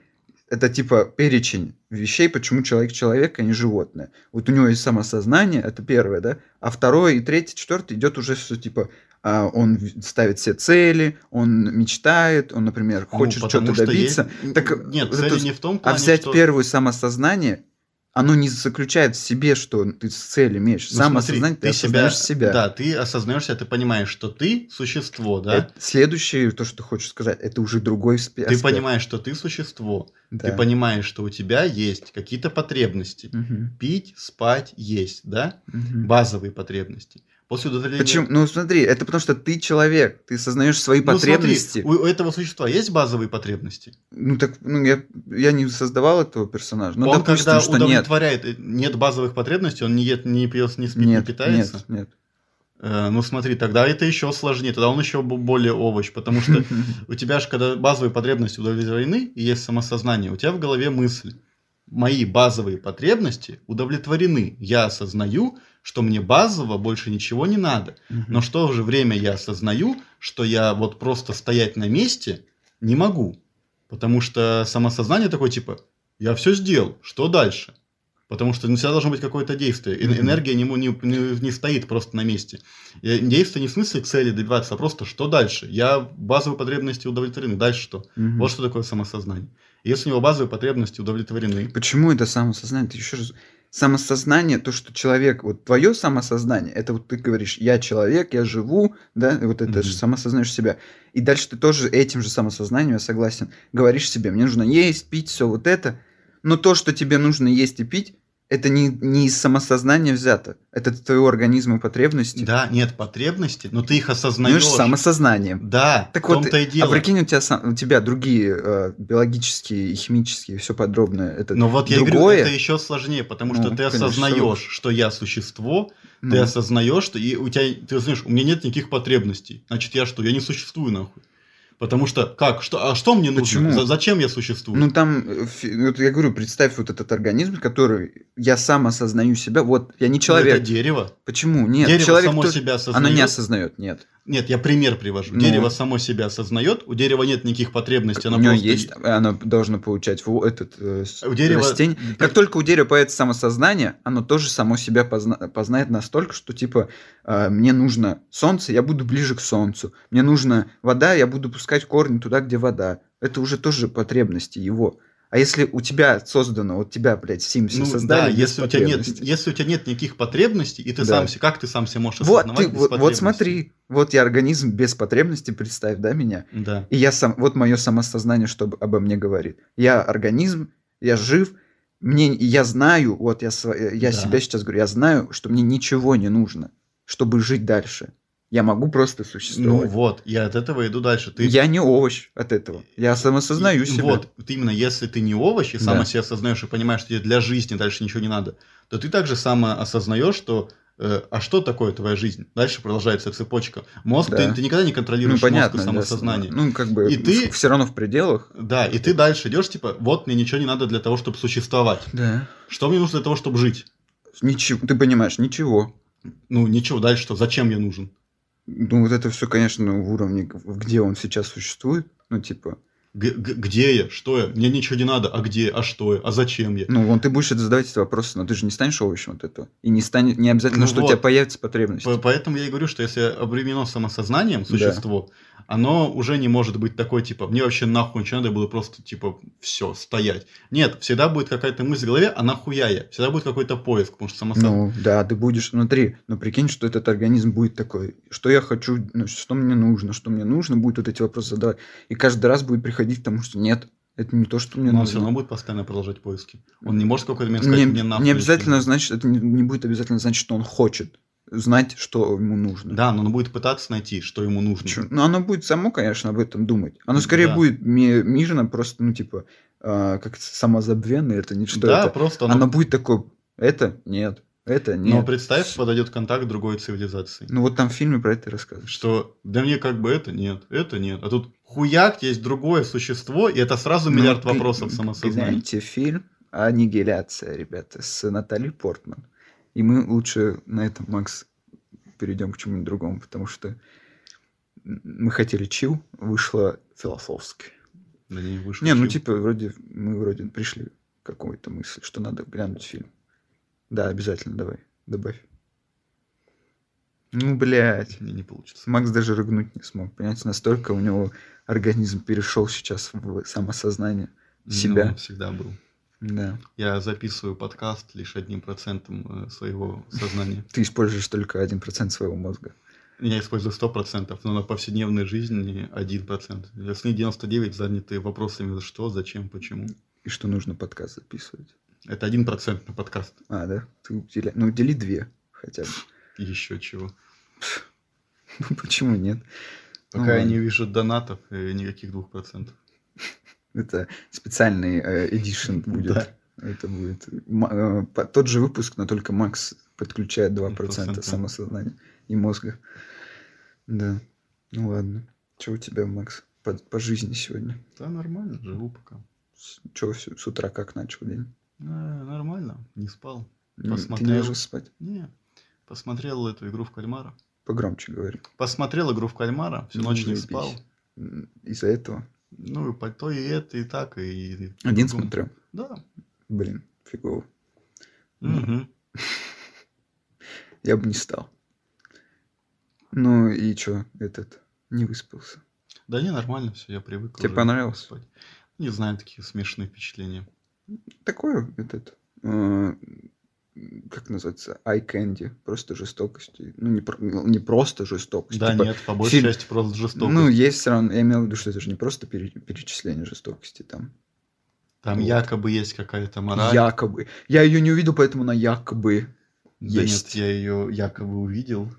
[SPEAKER 3] это типа перечень вещей, почему человек человек, а не животное. Вот у него есть самосознание, это первое, да, а второе и третье, четвертое идет уже все типа а, он в- ставит все цели, он мечтает, он, например,
[SPEAKER 4] Ну,
[SPEAKER 3] хочет
[SPEAKER 4] потому
[SPEAKER 3] что-то
[SPEAKER 4] что
[SPEAKER 3] добиться.
[SPEAKER 4] есть-
[SPEAKER 3] Так,
[SPEAKER 4] Нет,
[SPEAKER 3] вот
[SPEAKER 4] цель
[SPEAKER 3] это-
[SPEAKER 4] не в том
[SPEAKER 3] А
[SPEAKER 4] плане,
[SPEAKER 3] взять
[SPEAKER 4] что...
[SPEAKER 3] первое самосознание, оно не заключает в себе, что ты цель имеешь.
[SPEAKER 4] Ну,
[SPEAKER 3] Сам
[SPEAKER 4] смотри,
[SPEAKER 3] осознать, ты, осознаешь себя.
[SPEAKER 4] Да, ты осознаешься, ты понимаешь, что ты существо, да?
[SPEAKER 3] Это- следующее, то, что ты хочешь сказать, это уже другой спе-
[SPEAKER 4] Ты
[SPEAKER 3] аспект.
[SPEAKER 4] понимаешь, что ты существо.
[SPEAKER 3] Да.
[SPEAKER 4] Ты понимаешь, что у тебя есть какие-то потребности.
[SPEAKER 3] Мгм.
[SPEAKER 4] Пить, спать, есть, да?
[SPEAKER 3] Мгм.
[SPEAKER 4] Базовые потребности. После удовлетворения...
[SPEAKER 3] Почему? Ну смотри, это потому что ты человек, ты осознаешь свои
[SPEAKER 4] Ну, смотри,
[SPEAKER 3] потребности.
[SPEAKER 4] у, у этого существа есть базовые потребности?
[SPEAKER 3] Ну так, ну я, я не создавал этого персонажа. Ну
[SPEAKER 4] он
[SPEAKER 3] допустим,
[SPEAKER 4] когда
[SPEAKER 3] что нет.
[SPEAKER 4] удовлетворяет, э, нет базовых потребностей, он не ест, не пьет, не спит, не
[SPEAKER 3] Нет,
[SPEAKER 4] питается?
[SPEAKER 3] нет, нет.
[SPEAKER 4] Э, ну смотри, тогда это еще сложнее, тогда он еще бо- более овощ, потому что у тебя же, когда базовые потребности удовлетворены, и есть самосознание, у тебя в голове мысль. Мои базовые потребности удовлетворены. Я осознаю, что мне базово больше ничего не надо. Но в то же время я осознаю, что я вот просто стоять на месте не могу. Потому что самосознание такое типа, я все сделал, что дальше? Потому что ну, всегда должно быть какое-то действие. Эн-
[SPEAKER 3] Мгм.
[SPEAKER 4] Энергия не, мо- не, не- не стоит просто на месте. И Действие не в смысле цели добиваться, а просто что дальше? Я базовые потребности удовлетворены, дальше что?
[SPEAKER 3] Мгм.
[SPEAKER 4] Вот что такое самосознание. Если у него базовые потребности удовлетворены,
[SPEAKER 3] Почему это самосознание? Ты еще раз... Самосознание, то, что человек, вот твое самосознание, это вот ты говоришь, я человек, я живу, да, и вот это же
[SPEAKER 4] Мгм.
[SPEAKER 3] самосознаешь себя. И дальше ты тоже этим же самосознанием, я согласен, говоришь себе, мне нужно есть, пить, все вот это. Но то, что тебе нужно есть и пить, это не, не из самосознания взято. Это от твоего организма и потребности.
[SPEAKER 4] да, нет потребности, но ты их
[SPEAKER 3] Ну, это
[SPEAKER 4] осознаешь.
[SPEAKER 3] же самосознанием.
[SPEAKER 4] Да,
[SPEAKER 3] Так
[SPEAKER 4] в
[SPEAKER 3] вот,
[SPEAKER 4] том-то и дело.
[SPEAKER 3] А прикинь, у тебя, сам- у тебя другие э, биологические и химические, все подробное. Это
[SPEAKER 4] Но вот я и
[SPEAKER 3] другое.
[SPEAKER 4] говорю, это еще сложнее, потому
[SPEAKER 3] Ну,
[SPEAKER 4] что ты
[SPEAKER 3] конечно.
[SPEAKER 4] осознаешь, что я существо, ты
[SPEAKER 3] ну,
[SPEAKER 4] осознаешь, что и у тебя, ты знаешь, у меня нет никаких потребностей. Значит, я что, я не существую нахуй. Потому что как, что, а что мне нужно?
[SPEAKER 3] Почему?
[SPEAKER 4] За- зачем я существую?
[SPEAKER 3] Ну там, э, фи- вот я говорю, представь вот этот организм, который я сам осознаю себя. Вот я не
[SPEAKER 4] Ну,
[SPEAKER 3] человек.
[SPEAKER 4] Это дерево.
[SPEAKER 3] Почему? Нет,
[SPEAKER 4] дерево
[SPEAKER 3] человек
[SPEAKER 4] само
[SPEAKER 3] тоже-
[SPEAKER 4] себя
[SPEAKER 3] оно
[SPEAKER 4] осознает.
[SPEAKER 3] не осознает, нет.
[SPEAKER 4] Нет, я пример привожу.
[SPEAKER 3] Ну.
[SPEAKER 4] Дерево само себя осознает, у дерева нет никаких потребностей, оно
[SPEAKER 3] у него
[SPEAKER 4] просто
[SPEAKER 3] есть, э, оно должно получать во- этот э, с-
[SPEAKER 4] У дерева-
[SPEAKER 3] растение. Как только у дерева появится самосознание, оно тоже само себя позна- познает настолько, что типа э, мне нужно солнце, я буду ближе к солнцу. Мне нужна вода, я буду пускать корни туда, где вода. Это уже тоже потребности его. А если у тебя создано, вот тебя, блядь, Симси
[SPEAKER 4] Ну
[SPEAKER 3] создали,
[SPEAKER 4] да,
[SPEAKER 3] без
[SPEAKER 4] если у, тебя нет,
[SPEAKER 3] потребностей.
[SPEAKER 4] если у тебя нет никаких потребностей, и ты
[SPEAKER 3] Да.
[SPEAKER 4] сам, се- как ты сам себя можешь
[SPEAKER 3] Вот,
[SPEAKER 4] осознавать
[SPEAKER 3] ты,
[SPEAKER 4] без
[SPEAKER 3] вот, вот
[SPEAKER 4] потребностей?
[SPEAKER 3] смотри, вот я организм без потребности, представь, да, меня?
[SPEAKER 4] Да.
[SPEAKER 3] И я сам, вот мое самосознание, что об- обо мне говорит. Я организм, я жив, мне, я знаю, вот я, сво- э, я
[SPEAKER 4] Да.
[SPEAKER 3] себя сейчас говорю, я знаю, что мне ничего не нужно, чтобы жить дальше. Я могу просто
[SPEAKER 4] Ну
[SPEAKER 3] существовать.
[SPEAKER 4] вот, я от этого иду дальше. Ты
[SPEAKER 3] Я не овощ от этого. Я самосознаю
[SPEAKER 4] И-
[SPEAKER 3] себя. Ну,
[SPEAKER 4] Вот, вот именно если ты не овощ и
[SPEAKER 3] Да.
[SPEAKER 4] сам себя осознаешь и понимаешь, что тебе для жизни дальше ничего не надо, то ты также сама осознаешь, что э, а что такое твоя жизнь? Дальше продолжается цепочка. Мозг,
[SPEAKER 3] Да.
[SPEAKER 4] ты, ты никогда не
[SPEAKER 3] ну,
[SPEAKER 4] контролируешь
[SPEAKER 3] понятно.
[SPEAKER 4] мозг и
[SPEAKER 3] да,
[SPEAKER 4] самосознание.
[SPEAKER 3] ну, как бы,
[SPEAKER 4] И ты-
[SPEAKER 3] все равно в пределах.
[SPEAKER 4] Да, и ты дальше идешь, типа, вот мне ничего не надо для того, чтобы существовать.
[SPEAKER 3] Да.
[SPEAKER 4] Что мне нужно для того, чтобы жить?
[SPEAKER 3] Ничего, ты понимаешь, ничего.
[SPEAKER 4] Ну, ничего, дальше что? Зачем я нужен?
[SPEAKER 3] Ну, вот это все, конечно, в уровне, г- где он сейчас существует. Ну, типа,
[SPEAKER 4] Г- г- где я? Что я? Мне ничего не надо. А где? А что я? А зачем я?
[SPEAKER 3] ну, вон ты будешь это задавать эти вопросы, но ты же не станешь овощем от этого. И не станет, не обязательно,
[SPEAKER 4] Ну
[SPEAKER 3] что у
[SPEAKER 4] вот.
[SPEAKER 3] тебя появится потребность.
[SPEAKER 4] По- Поэтому я и говорю, что если обременено самосознанием существо, оно уже не может быть такое, типа, мне вообще нахуй ничего надо было просто, типа, все, стоять. Нет, всегда будет какая-то мысль в голове, а нахуя я? Всегда будет какой-то поиск, потому что самосознание...
[SPEAKER 3] Ну, да, ты будешь внутри, но прикинь, что этот организм будет такой, что я хочу, ну, что мне нужно, что мне нужно, будет вот эти вопросы задавать. И каждый раз будет приходить к тому, что нет, это не то, что мне
[SPEAKER 4] Но он все
[SPEAKER 3] нужно.
[SPEAKER 4] Ну, равно будет постоянно продолжать поиски. Он не может в какой-то момент
[SPEAKER 3] не,
[SPEAKER 4] сказать, мне нахуй.
[SPEAKER 3] не
[SPEAKER 4] ничего
[SPEAKER 3] обязательно,
[SPEAKER 4] надо».
[SPEAKER 3] значит, это не, не будет обязательно значит, что он хочет знать, что ему нужно.
[SPEAKER 4] Да, но он будет пытаться найти, что ему нужно.
[SPEAKER 3] Чё- Ну, оно будет само, конечно, об этом думать. Оно скорее
[SPEAKER 4] Да.
[SPEAKER 3] будет ми- мирно, просто, ну, типа, а, как самозабвенное, это не что
[SPEAKER 4] да,
[SPEAKER 3] это.
[SPEAKER 4] просто ну,
[SPEAKER 3] Оно...
[SPEAKER 4] оно...
[SPEAKER 3] будет такое, это нет, это
[SPEAKER 4] Но
[SPEAKER 3] нет.
[SPEAKER 4] представь, подойдет контакт другой цивилизации.
[SPEAKER 3] Ну, вот там в фильме про это и рассказывают.
[SPEAKER 4] Что, да мне как бы это нет, это нет. А тут хуяк, есть другое существо, и это сразу
[SPEAKER 3] Ну,
[SPEAKER 4] миллиард
[SPEAKER 3] г-
[SPEAKER 4] вопросов
[SPEAKER 3] г-
[SPEAKER 4] самосознания.
[SPEAKER 3] гляньте фильм «Аннигиляция», ребята, с Натальей Портман. И мы лучше на этом, Макс, перейдем к чему-нибудь другому, потому что м, мы хотели чил, вышло философски.
[SPEAKER 4] Да не, вышел
[SPEAKER 3] Не, ну
[SPEAKER 4] фильм.
[SPEAKER 3] типа, вроде мы вроде пришли к какой-то мысли, что надо глянуть фильм. Да, обязательно, давай, добавь. Ну, блядь.
[SPEAKER 4] Не, не получится.
[SPEAKER 3] Макс даже рыгнуть не смог. Понимаете, настолько у него организм перешел сейчас в самосознание. Себя.
[SPEAKER 4] Ну, всегда был.
[SPEAKER 3] Да.
[SPEAKER 4] Я записываю подкаст лишь одним процентом э, своего сознания.
[SPEAKER 3] Ты используешь только 1% своего мозга.
[SPEAKER 4] Я использую 100%, но на повседневной жизни 1%. Остальные 99 заняты вопросами за что, зачем, почему.
[SPEAKER 3] И что нужно подкаст записывать?
[SPEAKER 4] Это 1% на подкаст.
[SPEAKER 3] А, да? Ты удели... Ну, удели две хотя бы.
[SPEAKER 4] И Еще чего.
[SPEAKER 3] Ну, почему нет?
[SPEAKER 4] Пока я
[SPEAKER 3] ладно.
[SPEAKER 4] не вижу донатов, э, никаких 2%.
[SPEAKER 3] Это специальный э, эдишн будет.
[SPEAKER 4] Да.
[SPEAKER 3] Это будет м- э, по- тот же выпуск, но только Макс подключает 2%
[SPEAKER 4] Процента.
[SPEAKER 3] самосознания и мозга. Да. Ну ладно. Что у тебя, Макс, по, по жизни сегодня?
[SPEAKER 4] Да, нормально, живу пока.
[SPEAKER 3] Что с, с утра как начал день?
[SPEAKER 4] А, нормально, не спал.
[SPEAKER 3] М, Ты не
[SPEAKER 4] Посмотрел.
[SPEAKER 3] ложился спать?
[SPEAKER 4] Не, посмотрел эту игру в кальмара.
[SPEAKER 3] Погромче говори.
[SPEAKER 4] Посмотрел игру в кальмара, всю
[SPEAKER 3] Ну,
[SPEAKER 4] ночь не
[SPEAKER 3] заебись.
[SPEAKER 4] спал.
[SPEAKER 3] М, Из-за этого?
[SPEAKER 4] Ну, и пальто, и это, и так, и... и
[SPEAKER 3] Один
[SPEAKER 4] другому.
[SPEAKER 3] смотрел?
[SPEAKER 4] Да.
[SPEAKER 3] Блин, фигово.
[SPEAKER 4] Мгм.
[SPEAKER 3] Я бы не стал. Ну и чё, этот, не выспался.
[SPEAKER 4] Да не, нормально все, я привык.
[SPEAKER 3] Тебе
[SPEAKER 4] уже
[SPEAKER 3] понравилось?
[SPEAKER 4] спать. Не знаю, такие смешные впечатления.
[SPEAKER 3] Такое, этот, э, как называется, eye candy, просто жестокость. И, Ну, не, про- не просто жестокость.
[SPEAKER 4] Да
[SPEAKER 3] типа,
[SPEAKER 4] нет, по большей
[SPEAKER 3] фильм-
[SPEAKER 4] части просто жестокость.
[SPEAKER 3] Ну, есть все равно, я имел в виду, что это же не просто пере- перечисление жестокости там.
[SPEAKER 4] Там
[SPEAKER 3] вот.
[SPEAKER 4] якобы есть какая-то мораль.
[SPEAKER 3] Якобы. Я ее не увидел, поэтому на якобы.
[SPEAKER 4] Да
[SPEAKER 3] Есть.
[SPEAKER 4] нет, я ее якобы увидел.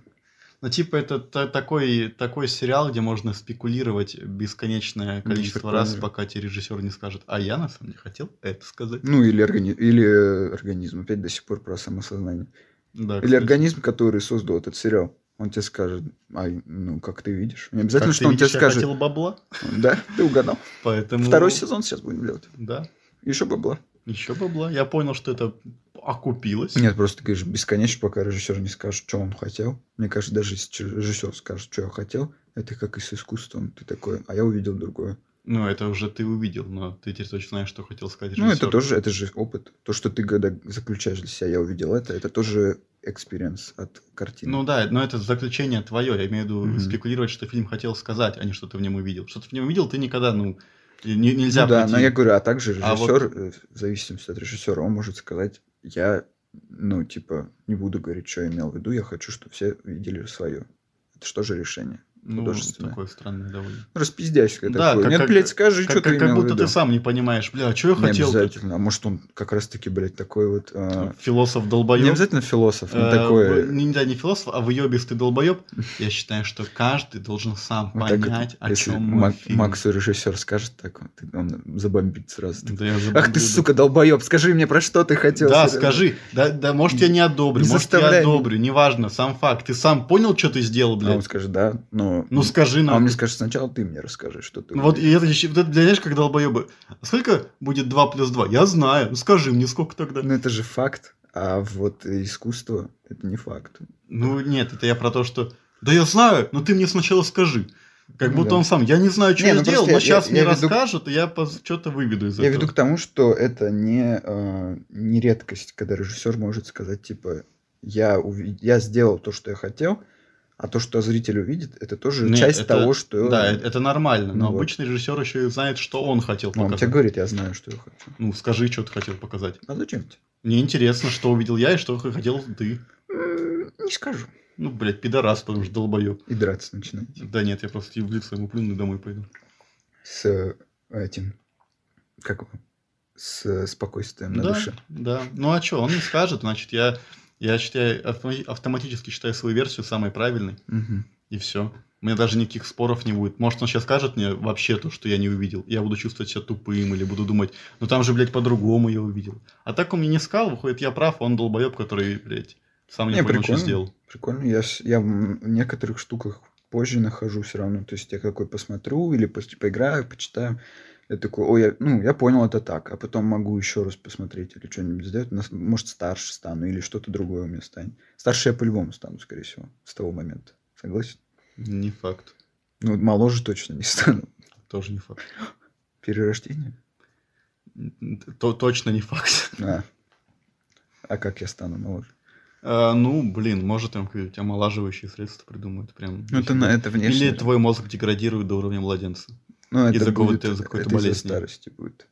[SPEAKER 4] Ну, типа, это та- такой, такой сериал, где можно спекулировать бесконечное количество раз,
[SPEAKER 3] прикольно.
[SPEAKER 4] пока тебе режиссер не скажет, а я на самом деле хотел это сказать.
[SPEAKER 3] Ну, или, органи... или э, организм. Опять до сих пор про самосознание.
[SPEAKER 4] Да,
[SPEAKER 3] Или
[SPEAKER 4] кстати.
[SPEAKER 3] организм, который создал этот сериал. Он тебе скажет, ай, ну, как ты видишь. Не
[SPEAKER 4] Как
[SPEAKER 3] обязательно,
[SPEAKER 4] ты
[SPEAKER 3] что он
[SPEAKER 4] видишь,
[SPEAKER 3] тебе
[SPEAKER 4] я
[SPEAKER 3] скажет.
[SPEAKER 4] хотел бабла,
[SPEAKER 3] Да, ты угадал.
[SPEAKER 4] поэтому...
[SPEAKER 3] Второй сезон сейчас будем делать.
[SPEAKER 4] Да,
[SPEAKER 3] Еще бабла.
[SPEAKER 4] еще бабла. Я понял, что это окупилось.
[SPEAKER 3] Нет, просто, говоришь, бесконечно, пока режиссер не скажет, что он хотел. Мне кажется, даже если че- режиссер скажет, что я хотел, это как и с искусством. Ты такой, а я увидел другое.
[SPEAKER 4] Ну, это уже ты увидел, но ты теперь точно знаешь, что хотел сказать
[SPEAKER 3] Ну, это
[SPEAKER 4] режиссёр.
[SPEAKER 3] тоже, это же опыт. То, что ты когда заключаешь для себя, я увидел это, это тоже экспириенс от картины.
[SPEAKER 4] Ну да, но это заключение твое. Я имею в виду
[SPEAKER 3] Мгм.
[SPEAKER 4] спекулировать, что фильм хотел сказать, а не что ты в нем увидел. Что ты в нем увидел, ты никогда, ну, не- нельзя
[SPEAKER 3] Ну да,
[SPEAKER 4] прийти.
[SPEAKER 3] но я говорю, а также режиссер,
[SPEAKER 4] А вот-
[SPEAKER 3] э, в зависимости от режиссера, он может сказать, я, ну, типа, не буду говорить, что я имел в виду, я хочу, чтобы все видели свое. Это что же решение?
[SPEAKER 4] Ну,
[SPEAKER 3] художественное.
[SPEAKER 4] такое странное довольно.
[SPEAKER 3] Распиздяйское
[SPEAKER 4] Да,
[SPEAKER 3] такое.
[SPEAKER 4] как-
[SPEAKER 3] Нет,
[SPEAKER 4] как-
[SPEAKER 3] блядь, скажи,
[SPEAKER 4] Как,
[SPEAKER 3] что ты
[SPEAKER 4] как- как
[SPEAKER 3] имел в
[SPEAKER 4] будто
[SPEAKER 3] виду.
[SPEAKER 4] ты сам не понимаешь, бля, а что я
[SPEAKER 3] Не
[SPEAKER 4] хотел? Типа,
[SPEAKER 3] обязательно. А может, он как раз-таки, блядь, такой вот... э,
[SPEAKER 4] Философ долбоеб.
[SPEAKER 3] Не обязательно философ,
[SPEAKER 4] Э,
[SPEAKER 3] но такой... э,
[SPEAKER 4] Не, да, не философ, а выебистый долбоеб. Я считаю, что каждый должен сам
[SPEAKER 3] вот так вот,
[SPEAKER 4] понять, о
[SPEAKER 3] если
[SPEAKER 4] чем
[SPEAKER 3] Мак-
[SPEAKER 4] мой фильм.
[SPEAKER 3] Максу режиссер скажет так, он, он забомбит сразу.
[SPEAKER 4] Да я забыл,
[SPEAKER 3] Ах ты,
[SPEAKER 4] да.
[SPEAKER 3] сука, долбоеб, скажи мне, про что ты хотел. э,
[SPEAKER 4] Да,
[SPEAKER 3] серьёзно?»
[SPEAKER 4] скажи. Да, да, может, я не одобрю,
[SPEAKER 3] Не
[SPEAKER 4] может, я
[SPEAKER 3] заставляй меня.
[SPEAKER 4] одобрю, неважно, сам факт. Ты сам понял, что ты
[SPEAKER 3] А
[SPEAKER 4] сделал,
[SPEAKER 3] он
[SPEAKER 4] блядь?
[SPEAKER 3] скажет, да, но...
[SPEAKER 4] Ну
[SPEAKER 3] А
[SPEAKER 4] скажи
[SPEAKER 3] он
[SPEAKER 4] нам.
[SPEAKER 3] мне скажет, сначала ты мне расскажи, что ты...
[SPEAKER 4] Вот,
[SPEAKER 3] умеешь».
[SPEAKER 4] и это, ещё- вот это, знаешь, как долбоебы. А сколько будет 2 плюс 2? Я знаю. Ну скажи мне, сколько тогда?
[SPEAKER 3] Ну, это же факт, а вот искусство — это не факт.
[SPEAKER 4] Ну нет, это я про то, что... Да я знаю, но ты мне сначала скажи. Как
[SPEAKER 3] Ну
[SPEAKER 4] будто
[SPEAKER 3] да.
[SPEAKER 4] он сам. Я не знаю, что
[SPEAKER 3] Не,
[SPEAKER 4] я
[SPEAKER 3] ну
[SPEAKER 4] сделал,
[SPEAKER 3] просто
[SPEAKER 4] но
[SPEAKER 3] я- я-
[SPEAKER 4] сейчас
[SPEAKER 3] я
[SPEAKER 4] мне
[SPEAKER 3] веду к-
[SPEAKER 4] расскажут, и я что-то выведу из
[SPEAKER 3] Я
[SPEAKER 4] этого.
[SPEAKER 3] веду к тому, что это не, э, не редкость, когда режиссер может сказать, типа, я, уви- я сделал то, что я хотел, а то, что зритель увидит, это тоже
[SPEAKER 4] Нет,
[SPEAKER 3] часть
[SPEAKER 4] это-
[SPEAKER 3] того, что...
[SPEAKER 4] Да, это, это нормально,
[SPEAKER 3] Ну
[SPEAKER 4] но
[SPEAKER 3] вот.
[SPEAKER 4] обычный режиссер еще и знает, что он хотел
[SPEAKER 3] Ну, он тебе
[SPEAKER 4] показать.
[SPEAKER 3] говорит, я знаю, что я хочу.
[SPEAKER 4] Ну, скажи, что ты хотел показать.
[SPEAKER 3] А зачем тебе?
[SPEAKER 4] Мне интересно, что увидел я и что хотел ты.
[SPEAKER 3] М, Не скажу.
[SPEAKER 4] Ну, блядь, пидорас, потому что долбоеб.
[SPEAKER 3] И драться начинать.
[SPEAKER 4] Да нет, я просто и в лицо ему плюну и домой пойду.
[SPEAKER 3] С э, этим... Как его? С э, спокойствием на
[SPEAKER 4] да,
[SPEAKER 3] душе.
[SPEAKER 4] да. Ну а что, он не скажет, значит, я, я считаю, автома- автоматически считаю свою версию самой правильной.
[SPEAKER 3] Мгм.
[SPEAKER 4] И все. У меня даже никаких споров не будет. Может, он сейчас скажет мне вообще то, что я не увидел. Я буду чувствовать себя тупым или буду думать, ну там же, блядь, по-другому я увидел. А так он мне не сказал, выходит, я прав, он долбоеб, который, блядь, сам не,
[SPEAKER 3] Не,
[SPEAKER 4] понял, что
[SPEAKER 3] прикольно.
[SPEAKER 4] сделал.
[SPEAKER 3] Прикольно, я, с- я м- в некоторых штуках позже нахожу все равно. То есть я какой посмотрю или пос- поиграю, почитаю. Я такой, ой, я, ну, я понял это так, а потом могу еще раз посмотреть или что-нибудь сделать. Нас- Может, старше стану или что-то другое у меня станет. Старше я по-любому стану, скорее всего, с того момента. Согласен?
[SPEAKER 4] Не факт.
[SPEAKER 3] Ну, моложе точно не стану.
[SPEAKER 4] Тоже не факт.
[SPEAKER 3] Перерождение?
[SPEAKER 4] То- точно не факт.
[SPEAKER 3] А. А как я стану моложе?
[SPEAKER 4] А, ну, блин, может, там какие-нибудь омолаживающие средства придумают. Прям.
[SPEAKER 3] Ну, это, на- это внешне.
[SPEAKER 4] Или твой мозг деградирует до уровня младенца.
[SPEAKER 3] ну, это
[SPEAKER 4] из-за какого-то-
[SPEAKER 3] будет-
[SPEAKER 4] из-за какой-то
[SPEAKER 3] это из-за
[SPEAKER 4] болезни.
[SPEAKER 3] старости будет.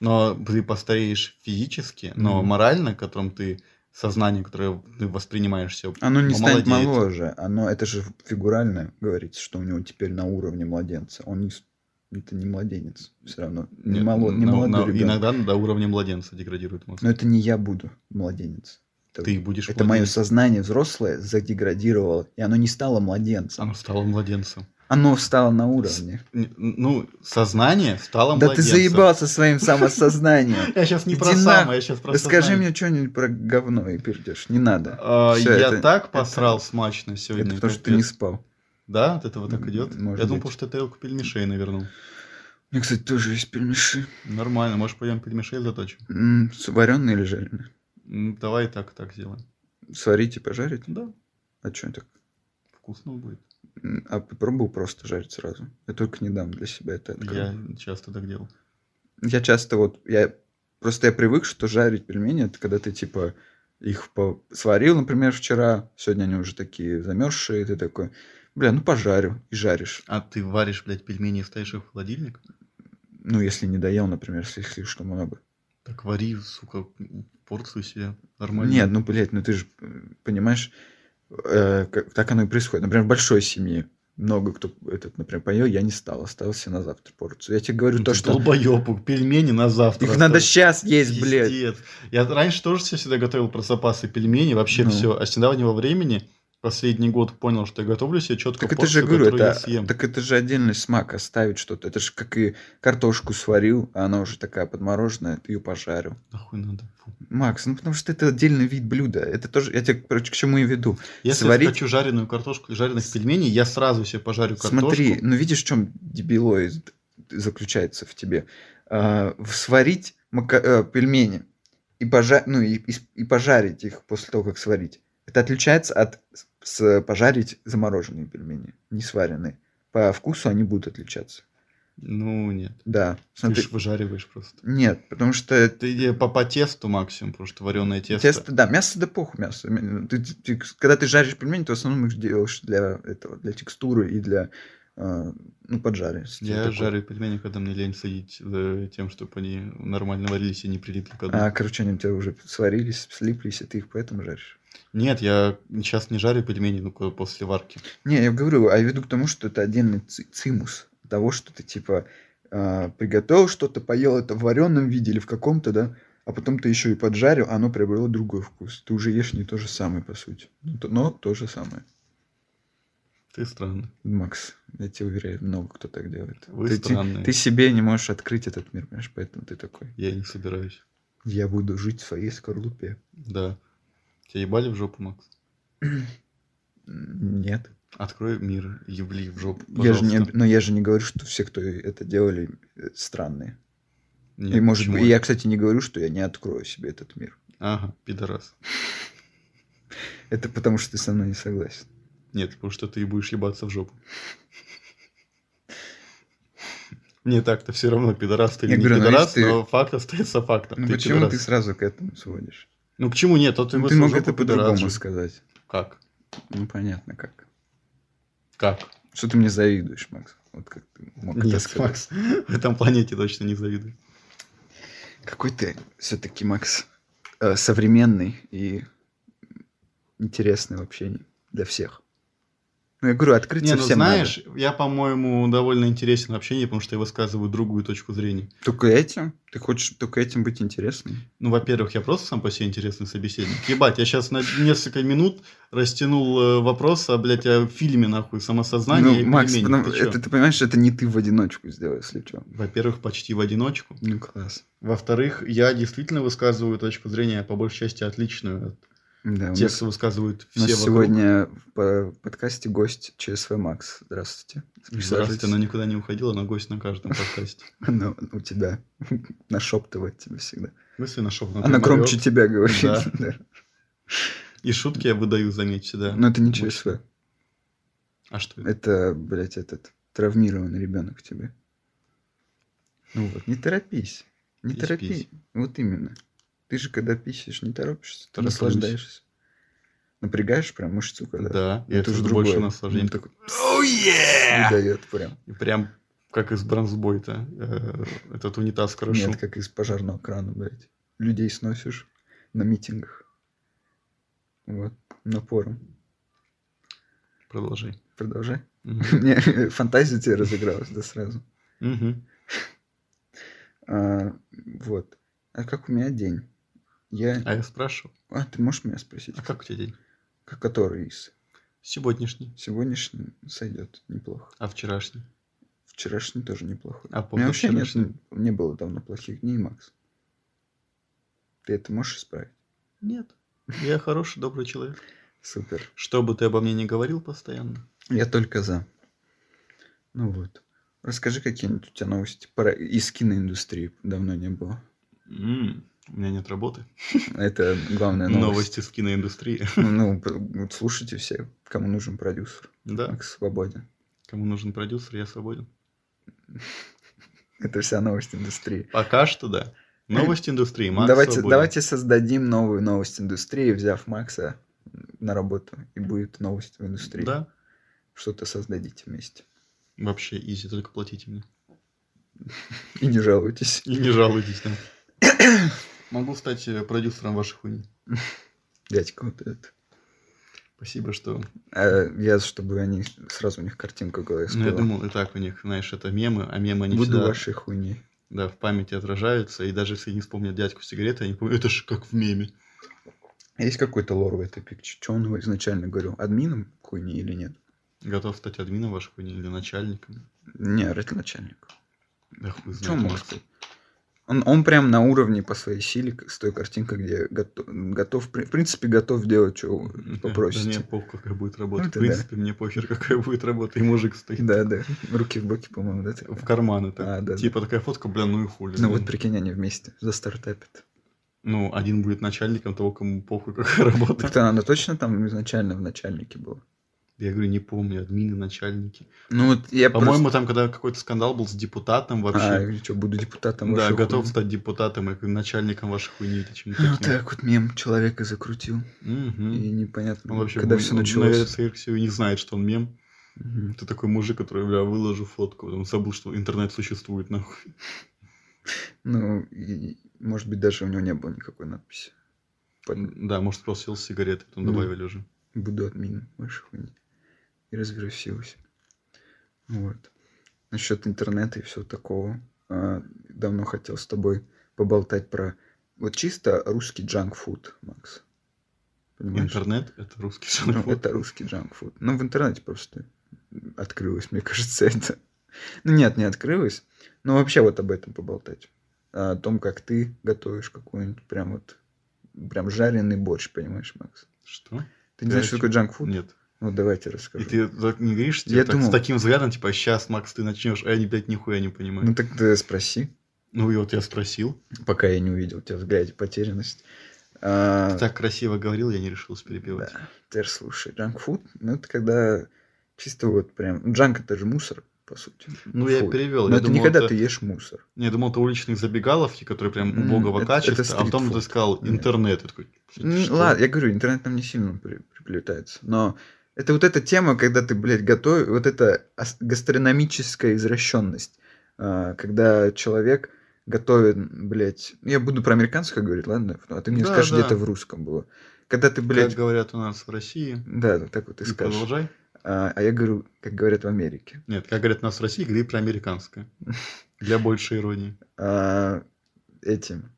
[SPEAKER 4] но ты постареешь физически, но
[SPEAKER 3] Мгм.
[SPEAKER 4] морально, которым ты сознание, которое ты воспринимаешь все,
[SPEAKER 3] Оно не станет
[SPEAKER 4] молодеет.
[SPEAKER 3] моложе. Оно, это же фигурально говорится, что у него теперь на уровне младенца. Он не, с- это не младенец. Все равно. Не,
[SPEAKER 4] Нет,
[SPEAKER 3] моло- не
[SPEAKER 4] на-
[SPEAKER 3] молодой
[SPEAKER 4] на-
[SPEAKER 3] ребенок.
[SPEAKER 4] Иногда до уровня младенца деградирует мозг.
[SPEAKER 3] Но это не я буду младенец. Это,
[SPEAKER 4] Ты будешь
[SPEAKER 3] это мое
[SPEAKER 4] младенцем.
[SPEAKER 3] сознание взрослое задеградировало, и оно не стало младенцем.
[SPEAKER 4] Оно стало младенцем.
[SPEAKER 3] Оно встало на уровне.
[SPEAKER 4] Н- Ну, сознание стало
[SPEAKER 3] Да ты
[SPEAKER 4] младенцем.
[SPEAKER 3] заебался своим самосознанием.
[SPEAKER 4] Я сейчас не про
[SPEAKER 3] Иди
[SPEAKER 4] самое,
[SPEAKER 3] нах-
[SPEAKER 4] я сейчас про
[SPEAKER 3] Расскажи
[SPEAKER 4] сознание.
[SPEAKER 3] мне что-нибудь про говно и пердешь. Не надо.
[SPEAKER 4] А,
[SPEAKER 3] Всё,
[SPEAKER 4] я
[SPEAKER 3] это-
[SPEAKER 4] так
[SPEAKER 3] это-
[SPEAKER 4] посрал смачно сегодня.
[SPEAKER 3] Это потому, что ты
[SPEAKER 4] капец.
[SPEAKER 3] не спал.
[SPEAKER 4] Да, от этого так
[SPEAKER 3] М,
[SPEAKER 4] идет.
[SPEAKER 3] может
[SPEAKER 4] я думал,
[SPEAKER 3] быть.
[SPEAKER 4] потому что ты тарелку пельмешей навернул.
[SPEAKER 3] У меня, кстати, тоже есть пельмеши.
[SPEAKER 4] Нормально, может, пойдем пельмешей заточим.
[SPEAKER 3] М, с- Вареные или жареные?
[SPEAKER 4] М, Давай так, так сделаем.
[SPEAKER 3] Сварить и пожарить?
[SPEAKER 4] Да,
[SPEAKER 3] А что так?
[SPEAKER 4] вкусно будет.
[SPEAKER 3] М, А попробовал просто жарить сразу. Я только недавно для себя это открыл.
[SPEAKER 4] Я часто так делал.
[SPEAKER 3] Я часто вот, я просто я привык, что жарить пельмени, это когда ты типа их по- сварил, например, вчера, сегодня они уже такие замерзшие, и ты такой, бля, ну пожарю и жаришь.
[SPEAKER 4] А ты варишь, блядь, пельмени и ставишь их в холодильник?
[SPEAKER 3] Ну, если не доел, например, если их слишком много.
[SPEAKER 4] Так вари, сука, порцию себе нормально.
[SPEAKER 3] Нет, ну, блядь, ну ты же понимаешь, э, как- так оно и происходит. Например, в большой семье много кто этот, например, поел, я не стал, остался на завтра порцию. Я тебе говорю
[SPEAKER 4] Ну
[SPEAKER 3] то,
[SPEAKER 4] ты
[SPEAKER 3] что
[SPEAKER 4] долбоёб, пельмени на завтра.
[SPEAKER 3] их надо
[SPEAKER 4] оставь.
[SPEAKER 3] сейчас есть, блядь.
[SPEAKER 4] Пиздец. Я раньше тоже себе всегда готовил про запасы пельмени, вообще
[SPEAKER 3] Ну.
[SPEAKER 4] все. А с недавнего времени, последний год, понял, что я готовлю себе четко
[SPEAKER 3] Так это же
[SPEAKER 4] порцию,
[SPEAKER 3] говорю,
[SPEAKER 4] которую я
[SPEAKER 3] это,
[SPEAKER 4] съем.
[SPEAKER 3] так это же отдельный смак оставить что-то. Это же как и картошку сварил, а она уже такая подмороженная, ты ее пожарил.
[SPEAKER 4] Нахуй надо. Фу.
[SPEAKER 3] Макс, ну потому что это отдельный вид блюда. Это тоже, я тебе короче, к чему и веду.
[SPEAKER 4] Если
[SPEAKER 3] Сварить-
[SPEAKER 4] я хочу жареную картошку и жареных пельменей, я сразу себе пожарю картошку.
[SPEAKER 3] Смотри, ну видишь, в чем дебилоид заключается в тебе? А, в сварить мака- э, пельмени и, пожа- ну, и, и с- и пожарить их после того, как сварить. Это отличается от с- с- пожарить замороженные пельмени, не сваренные. По вкусу они будут отличаться.
[SPEAKER 4] Ну нет.
[SPEAKER 3] Да.
[SPEAKER 4] Ты
[SPEAKER 3] Смотри,
[SPEAKER 4] ж выжариваешь просто.
[SPEAKER 3] Нет, потому что
[SPEAKER 4] Ты иди по, по тесту максимум, потому что вареное тесто.
[SPEAKER 3] тесто, да, мясо да похуй мясо. М, ты- ты- ты, когда ты жаришь пельмени, то в основном их делаешь для этого, для текстуры и для э, ну, поджарки.
[SPEAKER 4] Я жарю пельмени, когда мне лень следить за тем, чтобы они нормально варились и не прилипли к одному.
[SPEAKER 3] А, короче, они у тебя уже сварились, слиплись, и ты их поэтому жаришь.
[SPEAKER 4] Нет, я сейчас не жарю пельмени, ну ка- после варки.
[SPEAKER 3] Не, я говорю, а я веду к тому, что это отдельный ци- цимус того, что ты типа а, приготовил что-то, поел это в вареном виде или в каком-то, да, а потом ты еще и поджарил, а оно приобрело другой вкус. Ты уже ешь не то же самое, по сути. Ну, то- Но то же самое.
[SPEAKER 4] Ты странный.
[SPEAKER 3] Макс, я тебя уверяю, много кто так делает.
[SPEAKER 4] Вы
[SPEAKER 3] ты, те-
[SPEAKER 4] странные.
[SPEAKER 3] ты себе не можешь открыть этот мир, понимаешь, поэтому ты такой.
[SPEAKER 4] Я и не собираюсь.
[SPEAKER 3] Я буду жить в своей скорлупе.
[SPEAKER 4] Да. Тебя ебали в жопу, Макс?
[SPEAKER 3] М, Нет.
[SPEAKER 4] Открой мир, ебли в жопу,
[SPEAKER 3] Я же не,
[SPEAKER 4] пожалуйста.
[SPEAKER 3] но я же не говорю, что все, кто это делали, э, странные.
[SPEAKER 4] Нет,
[SPEAKER 3] и может
[SPEAKER 4] почему
[SPEAKER 3] быть, я, кстати, не говорю, что я не открою себе этот мир.
[SPEAKER 4] Ага, пидорас.
[SPEAKER 3] Это потому, что ты со мной не согласен.
[SPEAKER 4] Нет, потому что ты будешь ебаться в жопу. Мне так-то все равно, пидорас ты или
[SPEAKER 3] Я
[SPEAKER 4] не
[SPEAKER 3] говорю, ну,
[SPEAKER 4] пидорас,
[SPEAKER 3] если ты-
[SPEAKER 4] но факт остается фактом.
[SPEAKER 3] Ну
[SPEAKER 4] ты
[SPEAKER 3] почему
[SPEAKER 4] пидорас.
[SPEAKER 3] ты сразу к этому сводишь?
[SPEAKER 4] Ну к чему нет? А ты,
[SPEAKER 3] Ну,
[SPEAKER 4] вот
[SPEAKER 3] ты
[SPEAKER 4] в
[SPEAKER 3] мог
[SPEAKER 4] жопу
[SPEAKER 3] это
[SPEAKER 4] пидорас
[SPEAKER 3] по-другому
[SPEAKER 4] же.
[SPEAKER 3] сказать.
[SPEAKER 4] Как?
[SPEAKER 3] Ну понятно как.
[SPEAKER 4] Как?
[SPEAKER 3] Что ты мне завидуешь, Макс? Вот как ты мог это
[SPEAKER 4] Нет,
[SPEAKER 3] сказать.
[SPEAKER 4] Макс, в этом планете точно не завидую.
[SPEAKER 3] Какой ты все-таки, Макс, э, современный и интересный в общении для всех. Ну, я говорю,
[SPEAKER 4] Не,
[SPEAKER 3] открыться
[SPEAKER 4] ну
[SPEAKER 3] всем
[SPEAKER 4] знаешь, я, по-моему, довольно интересен в общении, потому что я высказываю другую точку зрения.
[SPEAKER 3] надо. Только этим? Ты хочешь только этим быть интересным?
[SPEAKER 4] Ну, во-первых, я просто сам по себе интересный собеседник. Ебать, я сейчас на несколько минут растянул э, вопрос о, блядь, о фильме, нахуй, самосознание и
[SPEAKER 3] ну, Макс,
[SPEAKER 4] пельмени.
[SPEAKER 3] потому-
[SPEAKER 4] Ты чё?
[SPEAKER 3] это, ты понимаешь, это не ты в одиночку сделал, если что.
[SPEAKER 4] Во-первых, почти в одиночку.
[SPEAKER 3] Ну, класс.
[SPEAKER 4] Во-вторых, я действительно высказываю точку зрения, по большей части, отличную
[SPEAKER 3] Да,
[SPEAKER 4] от
[SPEAKER 3] у
[SPEAKER 4] тех,
[SPEAKER 3] нас-
[SPEAKER 4] что высказывают
[SPEAKER 3] У нас
[SPEAKER 4] все вокруг.
[SPEAKER 3] сегодня в по- подкасте гость ЧСВ Макс. Здравствуйте.
[SPEAKER 4] Здравствуйте, ну, она никуда не уходила, она гость на каждом подкасте.
[SPEAKER 3] Она Ну, у тебя нашептывает тебя всегда.
[SPEAKER 4] Мысли нашел.
[SPEAKER 3] Она громче тебя говорит.
[SPEAKER 4] Ну, Да.
[SPEAKER 3] да.
[SPEAKER 4] И шутки я выдаю, заметь, всегда.
[SPEAKER 3] Но это не
[SPEAKER 4] Обычно.
[SPEAKER 3] ЧСВ.
[SPEAKER 4] А что это?
[SPEAKER 3] Ну, Это, блядь, этот травмированный ребенок в тебе. Ну вот, не торопись. Не
[SPEAKER 4] Пись,
[SPEAKER 3] торопись.
[SPEAKER 4] пись.
[SPEAKER 3] Вот именно. Ты же, когда писишь, не торопишься, ты
[SPEAKER 4] Тороплюсь.
[SPEAKER 3] наслаждаешься. Напрягаешь прям мышцу, когда
[SPEAKER 4] Да, и
[SPEAKER 3] Ну,
[SPEAKER 4] это
[SPEAKER 3] же
[SPEAKER 4] уже
[SPEAKER 3] другое.
[SPEAKER 4] больше
[SPEAKER 3] Ну,
[SPEAKER 4] наслаждение.
[SPEAKER 3] такой
[SPEAKER 4] Oh, yeah!
[SPEAKER 3] выдает прям.
[SPEAKER 4] И прям Как из бронзбой-то э, этот унитаз крошу.
[SPEAKER 3] Нет, как из пожарного крана, блядь. Людей сносишь на митингах. Вот, напором.
[SPEAKER 4] Продолжи.
[SPEAKER 3] Продолжай.
[SPEAKER 4] Мгм.
[SPEAKER 3] Мне фантазия тебе разыгралась, да, сразу.
[SPEAKER 4] Мгм.
[SPEAKER 3] А, вот. А как у меня день? Я...
[SPEAKER 4] А я спрашивал,
[SPEAKER 3] А, ты можешь меня спросить?
[SPEAKER 4] а как у тебя день?
[SPEAKER 3] К- Который из?
[SPEAKER 4] Сегодняшний,
[SPEAKER 3] Сегодняшний сойдет неплохо.
[SPEAKER 4] а вчерашний?
[SPEAKER 3] Вчерашний тоже неплохой.
[SPEAKER 4] А
[SPEAKER 3] У меня вообще нет,
[SPEAKER 4] позавчерашний?
[SPEAKER 3] не было давно плохих дней, Макс. Ты это можешь исправить?
[SPEAKER 4] Нет. Я хороший, добрый человек.
[SPEAKER 3] Супер.
[SPEAKER 4] Что бы ты обо мне не говорил постоянно,
[SPEAKER 3] Я только за. Ну вот. Расскажи какие-нибудь у тебя новости про... из киноиндустрии. Давно не было.
[SPEAKER 4] м, у меня нет работы.
[SPEAKER 3] Это главная новость.
[SPEAKER 4] Новости с киноиндустрии.
[SPEAKER 3] Ну, п- вот слушайте все, кому нужен продюсер.
[SPEAKER 4] Да.
[SPEAKER 3] Макс свободен.
[SPEAKER 4] Кому нужен продюсер, я свободен.
[SPEAKER 3] Это вся новость индустрии.
[SPEAKER 4] Пока что да. Новости индустрии. Макс
[SPEAKER 3] давайте,
[SPEAKER 4] свободен.
[SPEAKER 3] давайте создадим новую новость индустрии, взяв Макса на работу. И будет новость в индустрии.
[SPEAKER 4] Да.
[SPEAKER 3] Что-то создадите вместе.
[SPEAKER 4] Вообще изи, только платите мне.
[SPEAKER 3] И не жалуйтесь.
[SPEAKER 4] И не жалуйтесь там. Могу стать э, продюсером вашей хуйни.
[SPEAKER 3] Дядька вот этот.
[SPEAKER 4] Спасибо, что...
[SPEAKER 3] А я, чтобы они сразу у них картинка в голове
[SPEAKER 4] Ну, я
[SPEAKER 3] всплыла.
[SPEAKER 4] думал, и так у них, знаешь, это мемы, а мемы они
[SPEAKER 3] Буду
[SPEAKER 4] всегда
[SPEAKER 3] вашей хуйней.
[SPEAKER 4] да, в памяти отражаются, и даже если не вспомнят дядьку сигареты, они помнят, это же как в меме.
[SPEAKER 3] Есть какой-то лор в этой пикче? Че он его изначально говорил? Админом хуйни или нет?
[SPEAKER 4] Готов стать админом вашей хуйни или начальником.
[SPEAKER 3] Не, это начальник.
[SPEAKER 4] Да
[SPEAKER 3] Чё
[SPEAKER 4] хуй знает,
[SPEAKER 3] он может
[SPEAKER 4] может.
[SPEAKER 3] быть? Он, он прям на уровне по своей силе к- с той картинкой, где готов, готов при- в принципе, готов делать, что
[SPEAKER 4] Да
[SPEAKER 3] попросите. Ну
[SPEAKER 4] мне похуй, какая будет работа.
[SPEAKER 3] это
[SPEAKER 4] в
[SPEAKER 3] да.
[SPEAKER 4] принципе, мне похер, какая будет работа. И мужик стоит
[SPEAKER 3] Да, да. Руки в боки, по-моему, да? такая?
[SPEAKER 4] в карманы. так.
[SPEAKER 3] А, да, да.
[SPEAKER 4] типа такая фотка, бля, ну и хули.
[SPEAKER 3] Ну вот прикинь, они вместе застартапят.
[SPEAKER 4] Ну, один будет начальником того, кому похуй, какая работа.
[SPEAKER 3] Так-то она точно там изначально в начальнике была?
[SPEAKER 4] Я говорю, не помню, админы, начальники.
[SPEAKER 3] Ну вот я
[SPEAKER 4] По-моему,
[SPEAKER 3] просто-
[SPEAKER 4] там, когда какой-то скандал был с депутатом
[SPEAKER 3] А,
[SPEAKER 4] вообще.
[SPEAKER 3] или что, буду депутатом
[SPEAKER 4] да,
[SPEAKER 3] вашей
[SPEAKER 4] готов
[SPEAKER 3] хуйни.
[SPEAKER 4] стать депутатом и начальником вашей хуйни или чем-то
[SPEAKER 3] Ну
[SPEAKER 4] таким.
[SPEAKER 3] так вот мем человека закрутил.
[SPEAKER 4] Мгм.
[SPEAKER 3] И непонятно,
[SPEAKER 4] Он вообще,
[SPEAKER 3] когда
[SPEAKER 4] был-
[SPEAKER 3] все
[SPEAKER 4] он, наверное,
[SPEAKER 3] началось.
[SPEAKER 4] скорее всего, и не знает, что он мем.
[SPEAKER 3] Мгм.
[SPEAKER 4] Это такой мужик, который, бля, выложу фотку. Он забыл, что интернет существует, нахуй.
[SPEAKER 3] Ну, и, может быть, даже у него не было никакой надписи. Под-
[SPEAKER 4] Да, может, просто сел сигареты, потом
[SPEAKER 3] Ну.
[SPEAKER 4] добавили уже.
[SPEAKER 3] Буду админом вашей хуйни. И разверсилась. Вот. Насчет интернета и всего такого. А, давно хотел с тобой поболтать про... Вот чисто русский джанк-фуд, Макс. Понимаешь?
[SPEAKER 4] Интернет — это русский
[SPEAKER 3] Ну,
[SPEAKER 4] жанр.
[SPEAKER 3] это русский джанк-фуд. Ну, в интернете просто открылось, мне кажется, это. Ну, нет, не открылось. Но вообще вот об этом поболтать. А, О том, как ты готовишь какой-нибудь прям вот... Прям жареный борщ, понимаешь, Макс?
[SPEAKER 4] Что?
[SPEAKER 3] Ты не знаешь, что
[SPEAKER 4] Короче,
[SPEAKER 3] такое джанк-фуд?
[SPEAKER 4] Нет.
[SPEAKER 3] Ну, давайте
[SPEAKER 4] И
[SPEAKER 3] расскажу.
[SPEAKER 4] ты так не говоришь, типа,
[SPEAKER 3] Я
[SPEAKER 4] так, с
[SPEAKER 3] думал.
[SPEAKER 4] таким взглядом, типа, сейчас, Макс, ты начнешь, а я, блядь, нихуя не
[SPEAKER 3] Ну,
[SPEAKER 4] понимаю.
[SPEAKER 3] так ты спроси,
[SPEAKER 4] Ну, и вот я спросил,
[SPEAKER 3] пока я не увидел у тебя в взгляде потерянность. А,
[SPEAKER 4] ты так красиво говорил, я не решился перебивать.
[SPEAKER 3] да. Теперь слушай, джанк-фуд, ну, это когда чисто вот прям... Джанк — это же мусор, по сути.
[SPEAKER 4] Ну, я
[SPEAKER 3] Фуд.
[SPEAKER 4] перевел.
[SPEAKER 3] Но
[SPEAKER 4] я
[SPEAKER 3] это
[SPEAKER 4] думал,
[SPEAKER 3] не когда
[SPEAKER 4] это-
[SPEAKER 3] ты ешь мусор.
[SPEAKER 4] Не, я думал, это уличные забегаловки, которые прям
[SPEAKER 3] М,
[SPEAKER 4] убогого
[SPEAKER 3] это-
[SPEAKER 4] качества,
[SPEAKER 3] это
[SPEAKER 4] а потом ты
[SPEAKER 3] стритфуд.
[SPEAKER 4] сказал
[SPEAKER 3] Нет.
[SPEAKER 4] интернет. Я такой,
[SPEAKER 3] Ну,
[SPEAKER 4] что?
[SPEAKER 3] ладно, я говорю, интернет нам не сильно при- приплетается. Но это вот эта тема, когда ты, блядь, готовишь, вот эта ас- гастрономическая извращенность, а, когда человек готовит, блядь, ну, я буду про американское говорить, ладно, а ты мне
[SPEAKER 4] Да,
[SPEAKER 3] скажешь,
[SPEAKER 4] да.
[SPEAKER 3] где это в русском было. Когда ты, блядь,
[SPEAKER 4] Как говорят у нас в России.
[SPEAKER 3] да, вот так вот ты
[SPEAKER 4] И
[SPEAKER 3] скажешь.
[SPEAKER 4] продолжай.
[SPEAKER 3] А, а я говорю, как говорят в Америке.
[SPEAKER 4] Нет, как говорят у нас в России, говори про американское. Для большей иронии.
[SPEAKER 3] А, этим,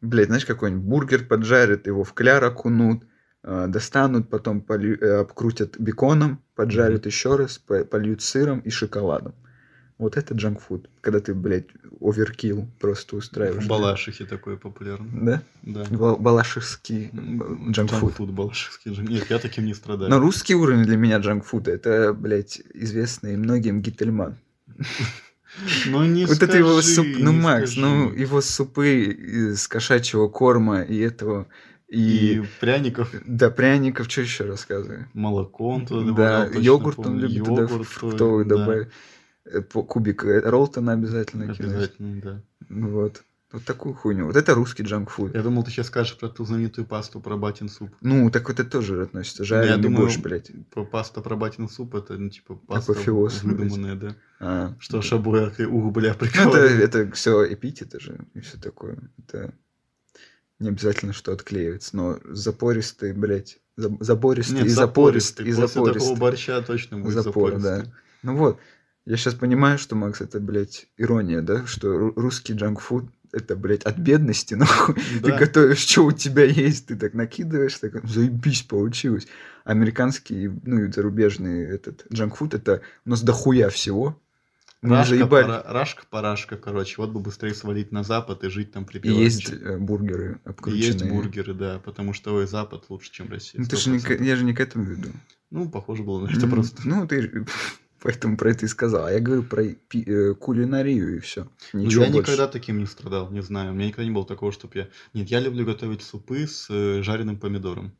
[SPEAKER 3] блядь, знаешь, какой-нибудь бургер поджарят, его в кляр окунут, а, достанут, потом полью- э, обкрутят беконом, поджарят еще раз, по- польют сыром и шоколадом. Вот это джанкфуд, когда ты, блядь, оверкил просто устраиваешь.
[SPEAKER 4] В Балашихе такое популярно.
[SPEAKER 3] Да?
[SPEAKER 4] Да.
[SPEAKER 3] Бал- балашевский
[SPEAKER 4] М,
[SPEAKER 3] б- джанкфуд.
[SPEAKER 4] Джанкфуд, балашихский джан- Нет, я таким не страдаю.
[SPEAKER 3] Но русский уровень для меня джанкфуда, это, блядь, известный многим Гительман.
[SPEAKER 4] Ну, не
[SPEAKER 3] Вот это его суп,
[SPEAKER 4] скажи,
[SPEAKER 3] ну
[SPEAKER 4] не
[SPEAKER 3] Макс, ну
[SPEAKER 4] скажи.
[SPEAKER 3] его супы из кошачьего корма и этого и,
[SPEAKER 4] И пряников,
[SPEAKER 3] да пряников, что еще рассказываю?
[SPEAKER 4] молоко он туда
[SPEAKER 3] Да,
[SPEAKER 4] добавлял, точно
[SPEAKER 3] йогурт он
[SPEAKER 4] помню,
[SPEAKER 3] любит туда ф-
[SPEAKER 4] йогурт,
[SPEAKER 3] фруктовый
[SPEAKER 4] да,
[SPEAKER 3] добавить, Э, по- кубик э, ролтона э, обязательно, кидать.
[SPEAKER 4] Обязательно, да.
[SPEAKER 3] Вот. Вот такую хуйню. Вот это русский джанкфуд.
[SPEAKER 4] Я думал, ты сейчас скажешь про ту знаменитую пасту про батин суп.
[SPEAKER 3] Ну, так это тоже относится.
[SPEAKER 4] я
[SPEAKER 3] Жареный
[SPEAKER 4] думаю,
[SPEAKER 3] борщ, блядь.
[SPEAKER 4] Про паста про батин суп это, ну, типа, паста
[SPEAKER 3] Апофеоз, блядь.
[SPEAKER 4] выдуманная, да.
[SPEAKER 3] А,
[SPEAKER 4] Что
[SPEAKER 3] да.
[SPEAKER 4] шабуя у бля,
[SPEAKER 3] Ну, это,
[SPEAKER 4] прикольно.
[SPEAKER 3] это все эпитеты же и все такое. Это не обязательно, что отклеивается, но запористый, блядь, заб- забористый и запористый, и
[SPEAKER 4] После такого
[SPEAKER 3] запористый.
[SPEAKER 4] борща точно будет
[SPEAKER 3] Запор, да.
[SPEAKER 4] запористый.
[SPEAKER 3] Ну вот, я сейчас понимаю, что, Макс, это, блядь, ирония, да, что ру- русский джанкфуд это, блядь, от бедности, нахуй.
[SPEAKER 4] Да.
[SPEAKER 3] Ты готовишь, что у тебя есть, ты так накидываешь, так заебись, получилось. Американский, ну и зарубежный этот джанкфуд, это у нас дохуя всего. Мы
[SPEAKER 4] Рашка,
[SPEAKER 3] заебали.
[SPEAKER 4] пара- рашка, парашка, короче. Вот бы быстрее свалить на Запад и жить там при
[SPEAKER 3] И есть э, бургеры обкрученные.
[SPEAKER 4] есть бургеры, да, потому что ой, Запад лучше, чем Россия.
[SPEAKER 3] Ну, ты же не, к-
[SPEAKER 4] 100%.
[SPEAKER 3] я же не к этому веду.
[SPEAKER 4] Ну, похоже было на это
[SPEAKER 3] М,
[SPEAKER 4] просто.
[SPEAKER 3] Ну, ты же- поэтому про это и сказал. А я говорю про и- пи- э, кулинарию и все.
[SPEAKER 4] Ну,
[SPEAKER 3] Ничего
[SPEAKER 4] я
[SPEAKER 3] больше.
[SPEAKER 4] никогда таким не страдал, не знаю. У меня никогда не было такого, чтобы я... Нет, я люблю готовить супы с э, жареным помидором.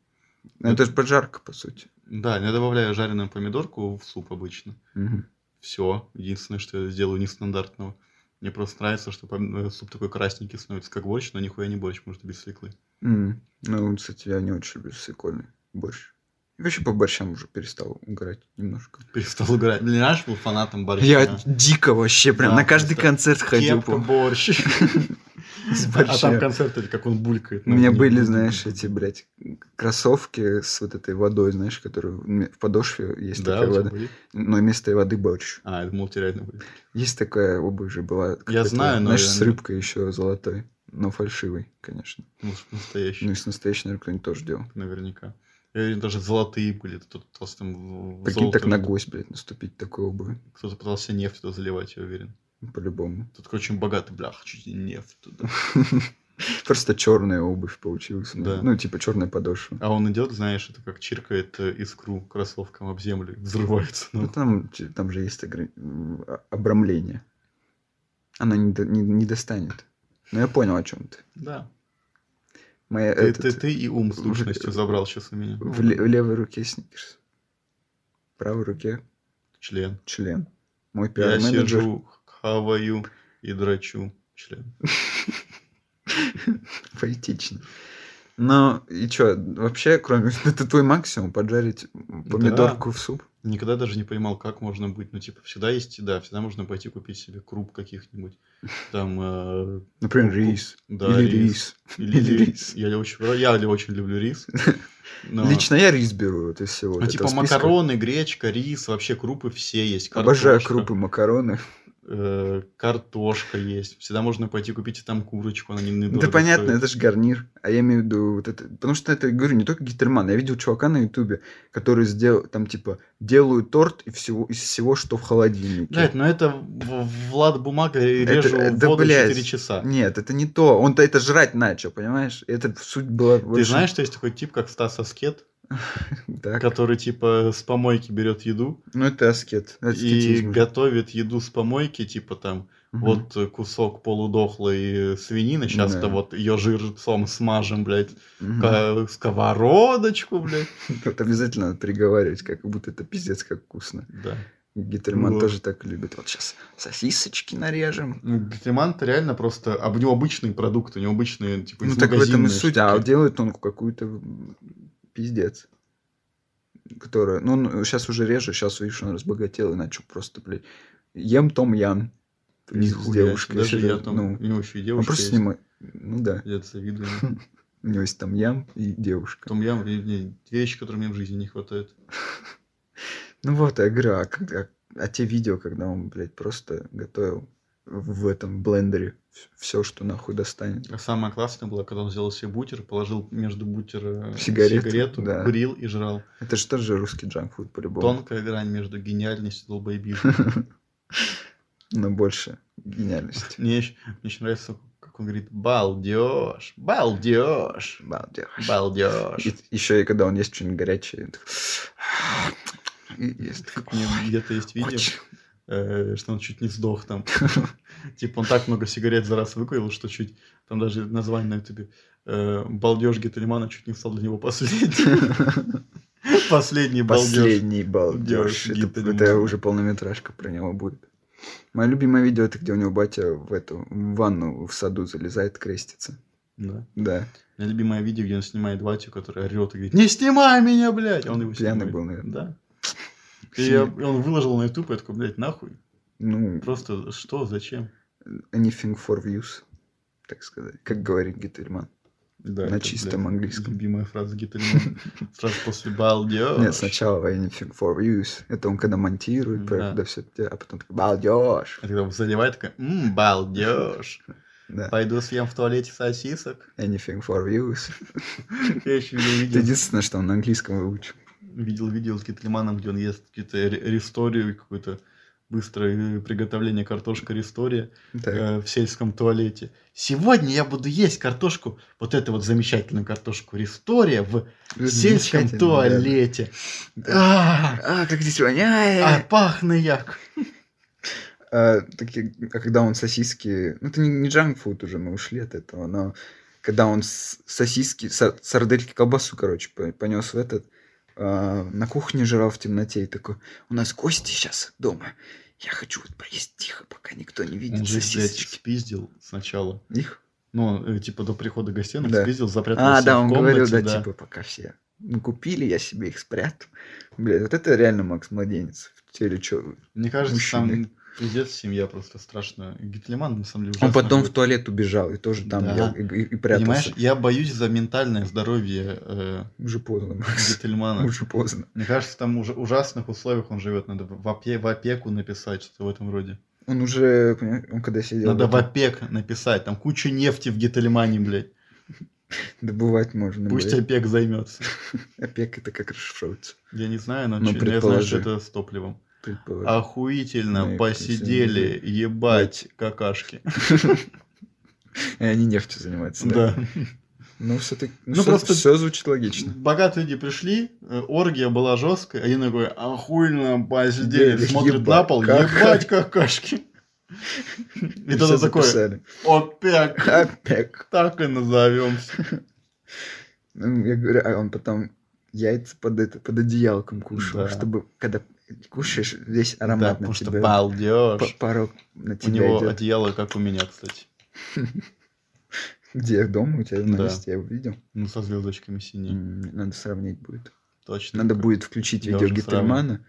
[SPEAKER 3] Ну, Это же поджарка, по сути.
[SPEAKER 4] Да, я добавляю жареную помидорку в суп обычно.
[SPEAKER 3] Мгм.
[SPEAKER 4] Все. Единственное, что я сделаю нестандартного. Мне просто нравится, что пом- э, суп такой красненький становится, как борщ, но нихуя не борщ, может, и без свеклы.
[SPEAKER 3] М, Ну, кстати, я не очень люблю свекольный борщ. И вообще по борщам уже перестал играть немножко.
[SPEAKER 4] Перестал играть. Блин, раньше был фанатом борща.
[SPEAKER 3] Я дико вообще прям
[SPEAKER 4] Да,
[SPEAKER 3] на каждый
[SPEAKER 4] а? просто
[SPEAKER 3] концерт ходил.
[SPEAKER 4] Кепка,
[SPEAKER 3] помню.
[SPEAKER 4] борщ.
[SPEAKER 3] С
[SPEAKER 4] А
[SPEAKER 3] борща.
[SPEAKER 4] там концерт, это как он булькает. ну,
[SPEAKER 3] У меня были, знаешь, эти, блядь, кроссовки с вот этой водой, знаешь, которую у меня в подошве есть
[SPEAKER 4] Да,
[SPEAKER 3] такая
[SPEAKER 4] у тебя
[SPEAKER 3] вода.
[SPEAKER 4] были?
[SPEAKER 3] Но вместо воды борщ.
[SPEAKER 4] А, я думал, у тебя реально были.
[SPEAKER 3] Есть такая обувь же была. какая-то,
[SPEAKER 4] знаю, но
[SPEAKER 3] Знаешь,
[SPEAKER 4] я
[SPEAKER 3] с
[SPEAKER 4] не-
[SPEAKER 3] рыбкой еще золотой. Но фальшивой, конечно.
[SPEAKER 4] Ну,
[SPEAKER 3] Ну,
[SPEAKER 4] настоящий,
[SPEAKER 3] и с настоящей, наверное, кто-нибудь тоже делал. наверняка.
[SPEAKER 4] наверняка. Я уверен, даже золотые были, тут толстым
[SPEAKER 3] Прикинь, так на гвоздь, блядь, наступить такой обуви.
[SPEAKER 4] Кто-то пытался нефть туда заливать, я уверен.
[SPEAKER 3] По-любому.
[SPEAKER 4] Тут очень богатый, блях, чуть не нефть туда.
[SPEAKER 3] Просто черная обувь получилась. у меня.
[SPEAKER 4] Да.
[SPEAKER 3] Ну, типа черная подошва.
[SPEAKER 4] А он идет, знаешь, это как чиркает э, искру кроссовком об землю, и взрывается.
[SPEAKER 3] Ну,
[SPEAKER 4] Ну,
[SPEAKER 3] там, ти- там же есть огр- м, а- обрамление. Она не, до- не- не достанет. Но я понял, о чем ты.
[SPEAKER 4] да.
[SPEAKER 3] Моя
[SPEAKER 4] Ты,
[SPEAKER 3] этот,
[SPEAKER 4] ты, ты и ум с
[SPEAKER 3] в-
[SPEAKER 4] точностью забрал сейчас у меня.
[SPEAKER 3] В, ле- в левой руке сникерс. В правой руке
[SPEAKER 4] Член.
[SPEAKER 3] член. Мой
[SPEAKER 4] Я
[SPEAKER 3] пиар-менеджер.
[SPEAKER 4] сижу, хаваю и драчу член.
[SPEAKER 3] Поэтично. Но и что, вообще, кроме... Это твой максимум, поджарить помидорку в суп?
[SPEAKER 4] Никогда даже не понимал, как можно быть. Ну, типа, всегда есть еда, всегда можно пойти купить себе круп каких-нибудь. Там, э,
[SPEAKER 3] Например,
[SPEAKER 4] Ку-
[SPEAKER 3] рис.
[SPEAKER 4] да,
[SPEAKER 3] Или
[SPEAKER 4] рис.
[SPEAKER 3] рис.
[SPEAKER 4] Или
[SPEAKER 3] Или
[SPEAKER 4] рис.
[SPEAKER 3] рис.
[SPEAKER 4] Я ли очень, я ли очень люблю рис. Но-
[SPEAKER 3] Лично я рис беру вот из всего.
[SPEAKER 4] Ну,
[SPEAKER 3] вот
[SPEAKER 4] типа
[SPEAKER 3] этого списка.
[SPEAKER 4] макароны, гречка, рис, вообще крупы все есть.
[SPEAKER 3] Обожаю
[SPEAKER 4] картошка,
[SPEAKER 3] крупы, макароны.
[SPEAKER 4] э, картошка есть. Всегда можно пойти купить и там курочку, она не недорого
[SPEAKER 3] Да понятно,
[SPEAKER 4] стоит.
[SPEAKER 3] это же гарнир. А я имею в виду вот это... Потому что это, говорю, не только Гитерман. Я видел чувака на ютубе, который сделал, там, типа, делают торт из всего, из всего что в холодильнике.
[SPEAKER 4] Блядь, ну это в- Влад Бумага и
[SPEAKER 3] Это-
[SPEAKER 4] режу
[SPEAKER 3] э, да,
[SPEAKER 4] воду
[SPEAKER 3] блядь.
[SPEAKER 4] 4 часа.
[SPEAKER 3] Нет, это не то. Он-то это жрать начал, понимаешь? Это суть была...
[SPEAKER 4] Ты знаешь, что есть такой тип, как Стас Аскет,
[SPEAKER 3] Так.
[SPEAKER 4] который типа с помойки берет еду
[SPEAKER 3] Ну, это аскет.
[SPEAKER 4] и
[SPEAKER 3] аскетизм.
[SPEAKER 4] готовит еду с помойки, типа там
[SPEAKER 3] Мгм.
[SPEAKER 4] Вот э, кусок полудохлой э, свинины, сейчас-то
[SPEAKER 3] Да.
[SPEAKER 4] вот ее жирцом смажем, блядь,
[SPEAKER 3] Мгм.
[SPEAKER 4] ка- сковородочку, блядь.
[SPEAKER 3] Вот обязательно надо приговаривать, как будто это пиздец как вкусно.
[SPEAKER 4] Да.
[SPEAKER 3] Гитерман
[SPEAKER 4] Вот.
[SPEAKER 3] тоже так любит. Вот сейчас сосисочки нарежем.
[SPEAKER 4] Гетеман-то реально просто... А у него обычный продукт, у него обычные, типа,
[SPEAKER 3] Ну
[SPEAKER 4] из
[SPEAKER 3] так в этом и
[SPEAKER 4] магазинные
[SPEAKER 3] суть.
[SPEAKER 4] штуки.
[SPEAKER 3] А делает он какую-то м, пиздец. Которая... Ну, сейчас уже реже, сейчас, видишь, он разбогател и начал просто, блядь, ем Том Ян. С
[SPEAKER 4] Нихуя
[SPEAKER 3] девушкой.
[SPEAKER 4] себе, Даже я
[SPEAKER 3] серьёзно,
[SPEAKER 4] там...
[SPEAKER 3] ну,
[SPEAKER 4] У него еще и
[SPEAKER 3] он
[SPEAKER 4] девушка
[SPEAKER 3] просто
[SPEAKER 4] есть.
[SPEAKER 3] снимает. Ну да.
[SPEAKER 4] Я это завидую.
[SPEAKER 3] У него есть Том Ян и девушка.
[SPEAKER 4] Том Ям, и- и две вещи, которые мне в жизни не хватает.
[SPEAKER 3] Ну вот, я говорю, а, как- а- а те видео, когда он, блядь, просто готовил в этом блендере все, что нахуй достанет.
[SPEAKER 4] А Самое классное было, когда он сделал себе бутер, положил между бутер э,
[SPEAKER 3] Сигарету,
[SPEAKER 4] сигарету
[SPEAKER 3] да.
[SPEAKER 4] курил и жрал.
[SPEAKER 3] Это же тоже русский джанкфуд по-любому.
[SPEAKER 4] Тонкая грань между гениальностью и долбоебизмом.
[SPEAKER 3] Но больше гениальности.
[SPEAKER 4] Мне еще, нравится, как он говорит, балдеж, балдеж,
[SPEAKER 3] Балдеж.
[SPEAKER 4] балдеж.
[SPEAKER 3] еще и когда он есть что-нибудь горячее. так И ест.
[SPEAKER 4] У меня где-то есть видео,
[SPEAKER 3] Очень.
[SPEAKER 4] э, что он чуть не сдох там. Типа он так много сигарет за раз выкурил, что чуть... Там даже название на ютубе. э, Балдеж Гетельмана чуть не стал для него последним. Последний балдеж.
[SPEAKER 3] Последний балдеж.
[SPEAKER 4] Балдёж,
[SPEAKER 3] Это-
[SPEAKER 4] Гитлер.
[SPEAKER 3] Это уже полнометражка про него будет. Мое любимое видео это где у него батя в эту в ванну в саду залезает, крестится.
[SPEAKER 4] Да.
[SPEAKER 3] Да.
[SPEAKER 4] У меня любимое видео, где он снимает батю, который орет и говорит, не снимай меня, блядь! А Он его
[SPEAKER 3] Пьяный
[SPEAKER 4] снимает.
[SPEAKER 3] был, наверное.
[SPEAKER 4] Да. И я- и он выложил на YouTube, я такой, блядь, нахуй.
[SPEAKER 3] Ну,
[SPEAKER 4] Просто что, зачем?
[SPEAKER 3] anything for views, так сказать. Как говорит Гительман.
[SPEAKER 4] Да,
[SPEAKER 3] на
[SPEAKER 4] это,
[SPEAKER 3] чистом
[SPEAKER 4] блядь,
[SPEAKER 3] английском.
[SPEAKER 4] Любимая фраза Гительмана. Сразу после балдеж.
[SPEAKER 3] Нет, сначала anything for views. Это он когда монтирует,
[SPEAKER 4] Да.
[SPEAKER 3] когда все это, а потом такой, балдеж.
[SPEAKER 4] А Когда заливает, такая, ммм, балдеж.
[SPEAKER 3] Да.
[SPEAKER 4] Пойду съем в туалете сосисок.
[SPEAKER 3] Anything for views.
[SPEAKER 4] Я еще
[SPEAKER 3] Это
[SPEAKER 4] видел видео,
[SPEAKER 3] единственное, что он на английском выучил.
[SPEAKER 4] видел видео с Гительманом, где он ест какие-то ре- ристорию, какое-то быстрое э, приготовление картошка ристория.
[SPEAKER 3] Да.
[SPEAKER 4] э, в сельском туалете. Сегодня я буду есть картошку, вот эту вот замечательную картошку Рестория в сельском
[SPEAKER 3] Замечательно, да.
[SPEAKER 4] туалете.
[SPEAKER 3] Да.
[SPEAKER 4] А,
[SPEAKER 3] А, как здесь
[SPEAKER 4] а
[SPEAKER 3] воняет!
[SPEAKER 4] пахну як.
[SPEAKER 3] А, такие, а когда он сосиски... Ну, это не, не джанкфуд уже, мы ушли от этого, но когда он с- сосиски, сар- сардельки, колбасу, короче, понес в этот... а, на кухне жрал в темноте и такой, у нас гости сейчас дома, я хочу вот поесть тихо, пока никто не видит
[SPEAKER 4] Он же, блядь,
[SPEAKER 3] сосисочки.
[SPEAKER 4] спиздил сначала.
[SPEAKER 3] Их?
[SPEAKER 4] Ну, э, типа до прихода гостей он
[SPEAKER 3] Да.
[SPEAKER 4] спиздил, запрятал
[SPEAKER 3] А,
[SPEAKER 4] себя
[SPEAKER 3] да,
[SPEAKER 4] в
[SPEAKER 3] он
[SPEAKER 4] комнате,
[SPEAKER 3] говорил, да,
[SPEAKER 4] да.
[SPEAKER 3] типа, пока все ну, купили, я себе их спрятал. Блядь, вот это реально Макс Младенец в теле чё-
[SPEAKER 4] Мне кажется, там
[SPEAKER 3] мужчины.
[SPEAKER 4] пиздец семья просто страшно. Гитлеман, на самом деле,
[SPEAKER 3] Он
[SPEAKER 4] ужасно
[SPEAKER 3] потом в
[SPEAKER 4] был.
[SPEAKER 3] туалет убежал и тоже там
[SPEAKER 4] Да.
[SPEAKER 3] ел и, и- и прятался.
[SPEAKER 4] Понимаешь, я боюсь за ментальное здоровье э,
[SPEAKER 3] Уже поздно, Макс.
[SPEAKER 4] Гительмана.
[SPEAKER 3] Уже поздно.
[SPEAKER 4] Мне кажется, там уже ужасных условиях он живет. Надо в, опе- в опеку написать, что-то в этом роде.
[SPEAKER 3] Он уже, понимаешь, он когда сидел,
[SPEAKER 4] Надо
[SPEAKER 3] в
[SPEAKER 4] в
[SPEAKER 3] этом,
[SPEAKER 4] опек написать. Там куча нефти в Гительмане, блядь.
[SPEAKER 3] добывать можно.
[SPEAKER 4] Пусть
[SPEAKER 3] блядь.
[SPEAKER 4] опек займется.
[SPEAKER 3] Опек это как расшифровывается.
[SPEAKER 4] Я не знаю, но
[SPEAKER 3] Ну,
[SPEAKER 4] чё- я знаю,
[SPEAKER 3] предположи.
[SPEAKER 4] что это с топливом.
[SPEAKER 3] Предположим.
[SPEAKER 4] А- Охуительно
[SPEAKER 3] Ну, и
[SPEAKER 4] посидели, ебать, какашки.
[SPEAKER 3] И они нефтью занимаются.
[SPEAKER 4] Да.
[SPEAKER 3] Ну, все-таки, ну,
[SPEAKER 4] Ну,
[SPEAKER 3] всё-
[SPEAKER 4] просто-
[SPEAKER 3] всё звучит логично.
[SPEAKER 4] Богатые люди пришли, э, оргия была жесткая, один такой, охуенно посидели,
[SPEAKER 3] Ебать,
[SPEAKER 4] смотрит на пол,
[SPEAKER 3] какашки.
[SPEAKER 4] ебать, какашки. И
[SPEAKER 3] Всё
[SPEAKER 4] тогда такой,
[SPEAKER 3] записали.
[SPEAKER 4] опек,
[SPEAKER 3] Опек.
[SPEAKER 4] так и назовемся.
[SPEAKER 3] Ну, Я говорю, а он потом яйца под, это, под одеялком кушал,
[SPEAKER 4] Да.
[SPEAKER 3] чтобы, когда кушаешь, весь аромат
[SPEAKER 4] Да,
[SPEAKER 3] на
[SPEAKER 4] потому что
[SPEAKER 3] тебя-
[SPEAKER 4] балдеж.
[SPEAKER 3] п- Порог на
[SPEAKER 4] У
[SPEAKER 3] тебя
[SPEAKER 4] него
[SPEAKER 3] идёт.
[SPEAKER 4] одеяло, как у меня, кстати.
[SPEAKER 3] Где дома у тебя на
[SPEAKER 4] Да.
[SPEAKER 3] месте, я его видел.
[SPEAKER 4] Ну, со звездочками синие.
[SPEAKER 3] М, Надо сравнить будет.
[SPEAKER 4] Точно.
[SPEAKER 3] Надо будет включить
[SPEAKER 4] Я
[SPEAKER 3] видео
[SPEAKER 4] уже
[SPEAKER 3] Гитлермана.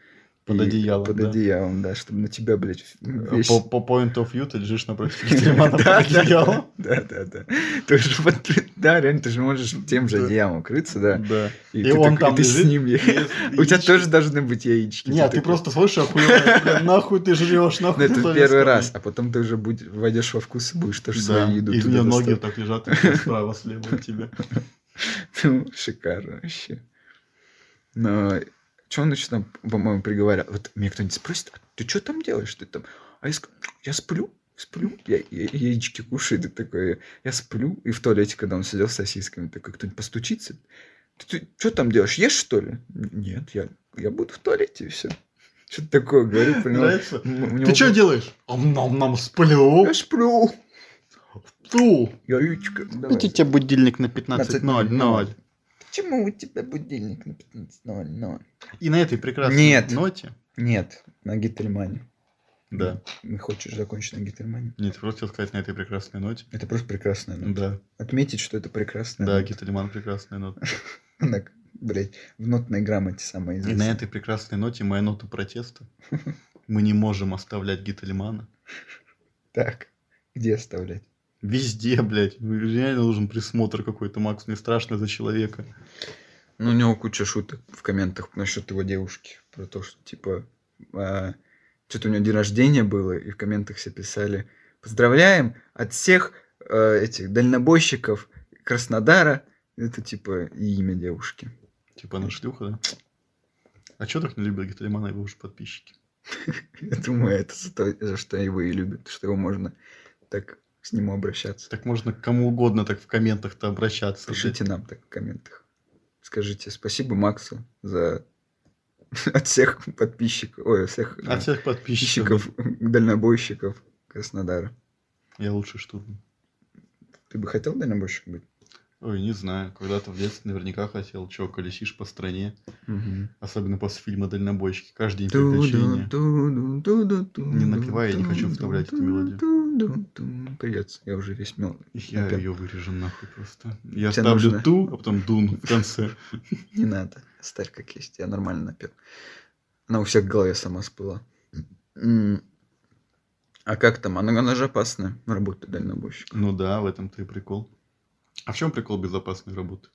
[SPEAKER 4] Под
[SPEAKER 3] и-
[SPEAKER 4] одеялом,
[SPEAKER 3] Под
[SPEAKER 4] да. Э, а
[SPEAKER 3] одеялом, да, чтобы на тебя, блядь, весь...
[SPEAKER 4] По, по point of view ты лежишь напротив Гитлермана под одеялом.
[SPEAKER 3] Да, да, да. Ты же вот- Да, реально, ты же можешь тем же
[SPEAKER 4] Да.
[SPEAKER 3] одеялом укрыться, да.
[SPEAKER 4] Да. И
[SPEAKER 3] ты
[SPEAKER 4] он
[SPEAKER 3] такой-
[SPEAKER 4] там
[SPEAKER 3] и ты с
[SPEAKER 4] лежит,
[SPEAKER 3] ним. е- У тебя тоже должны быть яички.
[SPEAKER 4] Нет, ты
[SPEAKER 3] такой,
[SPEAKER 4] просто слышишь, охуеваешь, бля, нахуй ты жрешь,
[SPEAKER 3] Ну,
[SPEAKER 4] нахуй
[SPEAKER 3] это
[SPEAKER 4] ты
[SPEAKER 3] первый
[SPEAKER 4] советский».
[SPEAKER 3] раз, а потом ты уже будь- войдешь во вкус и будешь тоже
[SPEAKER 4] Да,
[SPEAKER 3] свою еду
[SPEAKER 4] и у
[SPEAKER 3] туда
[SPEAKER 4] меня ноги
[SPEAKER 3] доставать.
[SPEAKER 4] так лежат и справа, слева от тебя.
[SPEAKER 3] Ну, Шикарно вообще. Но что он еще там, по-моему, приговаривал? Вот меня кто-нибудь спросит, а ты что там делаешь? Ты там... А я скажу, я сплю, сплю, я, я яички кушаю, и ты такой, я сплю. И в туалете, когда он сидел с сосисками, такой, кто-нибудь постучится, ты, что там делаешь, ешь что ли? Нет, я, я буду в туалете, и все. Что-то такое говорю, понимаешь?
[SPEAKER 4] Нравится?
[SPEAKER 3] М- у него
[SPEAKER 4] Ты что
[SPEAKER 3] был-
[SPEAKER 4] делаешь? нам нам сплю.
[SPEAKER 3] Я сплю,
[SPEAKER 4] Ту.
[SPEAKER 3] я яичко. давай.
[SPEAKER 4] тебя будильник на
[SPEAKER 3] 15:00. Почему у тебя будильник на 15.00?
[SPEAKER 4] И на этой прекрасной
[SPEAKER 3] Нет.
[SPEAKER 4] ноте.
[SPEAKER 3] Нет, на Гительмане.
[SPEAKER 4] Да.
[SPEAKER 3] Не хочешь закончить на Гительмане?
[SPEAKER 4] Нет, просто хотел сказать на этой прекрасной ноте.
[SPEAKER 3] Это просто прекрасная нота.
[SPEAKER 4] Да,
[SPEAKER 3] Отметить, что это прекрасная
[SPEAKER 4] да,
[SPEAKER 3] нота.
[SPEAKER 4] Гитлерман прекрасная нота.
[SPEAKER 3] Она, блядь, в нотной грамоте самая
[SPEAKER 4] И на
[SPEAKER 3] известная.
[SPEAKER 4] этой прекрасной ноте моя нота протеста. Мы не можем оставлять Гительмана.
[SPEAKER 3] Так, где оставлять?
[SPEAKER 4] Везде, блядь. Ну, Реально нужен присмотр какой-то, Макс. Мне страшно за человека.
[SPEAKER 3] Ну, у него куча шуток в комментах насчет его девушки. Про то, что, типа, что-то у него день рождения было, и в комментах все писали «Поздравляем от всех э, этих дальнобойщиков Краснодара». Это, типа, и имя девушки.
[SPEAKER 4] Типа она шлюха, да? А чё так не любят Гительмана его уже подписчики?
[SPEAKER 3] Я думаю, это за, то, за что его и любят, что его можно так с ним обращаться.
[SPEAKER 4] Так можно к кому угодно так в комментах-то обращаться. блядь.
[SPEAKER 3] Пишите нам так в комментах. Скажите спасибо Максу за от всех подписчиков, ой, от всех
[SPEAKER 4] От А всех подписчиков.
[SPEAKER 3] подписчиков, дальнобойщиков Краснодара.
[SPEAKER 4] Я лучший штурм.
[SPEAKER 3] Ты бы хотел дальнобойщиком быть?
[SPEAKER 4] Ой, не знаю, когда-то в детстве наверняка хотел. Че, колесишь по стране, особенно после фильма «Дальнобойщики». Каждый день приключения.
[SPEAKER 3] Не
[SPEAKER 4] Не напевай, я не хочу вставлять эту мелодию.
[SPEAKER 3] Придется, я уже весь мел.
[SPEAKER 4] Я
[SPEAKER 3] напел.
[SPEAKER 4] ее вырежу нахуй просто. Я
[SPEAKER 3] Тебе
[SPEAKER 4] ставлю
[SPEAKER 3] нужно-
[SPEAKER 4] ту, а потом дун в конце.
[SPEAKER 3] Не надо, оставь как есть, я нормально напел. Она у всех в голове сама спыла. М. А как там? Она, она же опасная, работа дальнобойщика.
[SPEAKER 4] Ну да, в этом-то и прикол. А в чем прикол безопасной работы?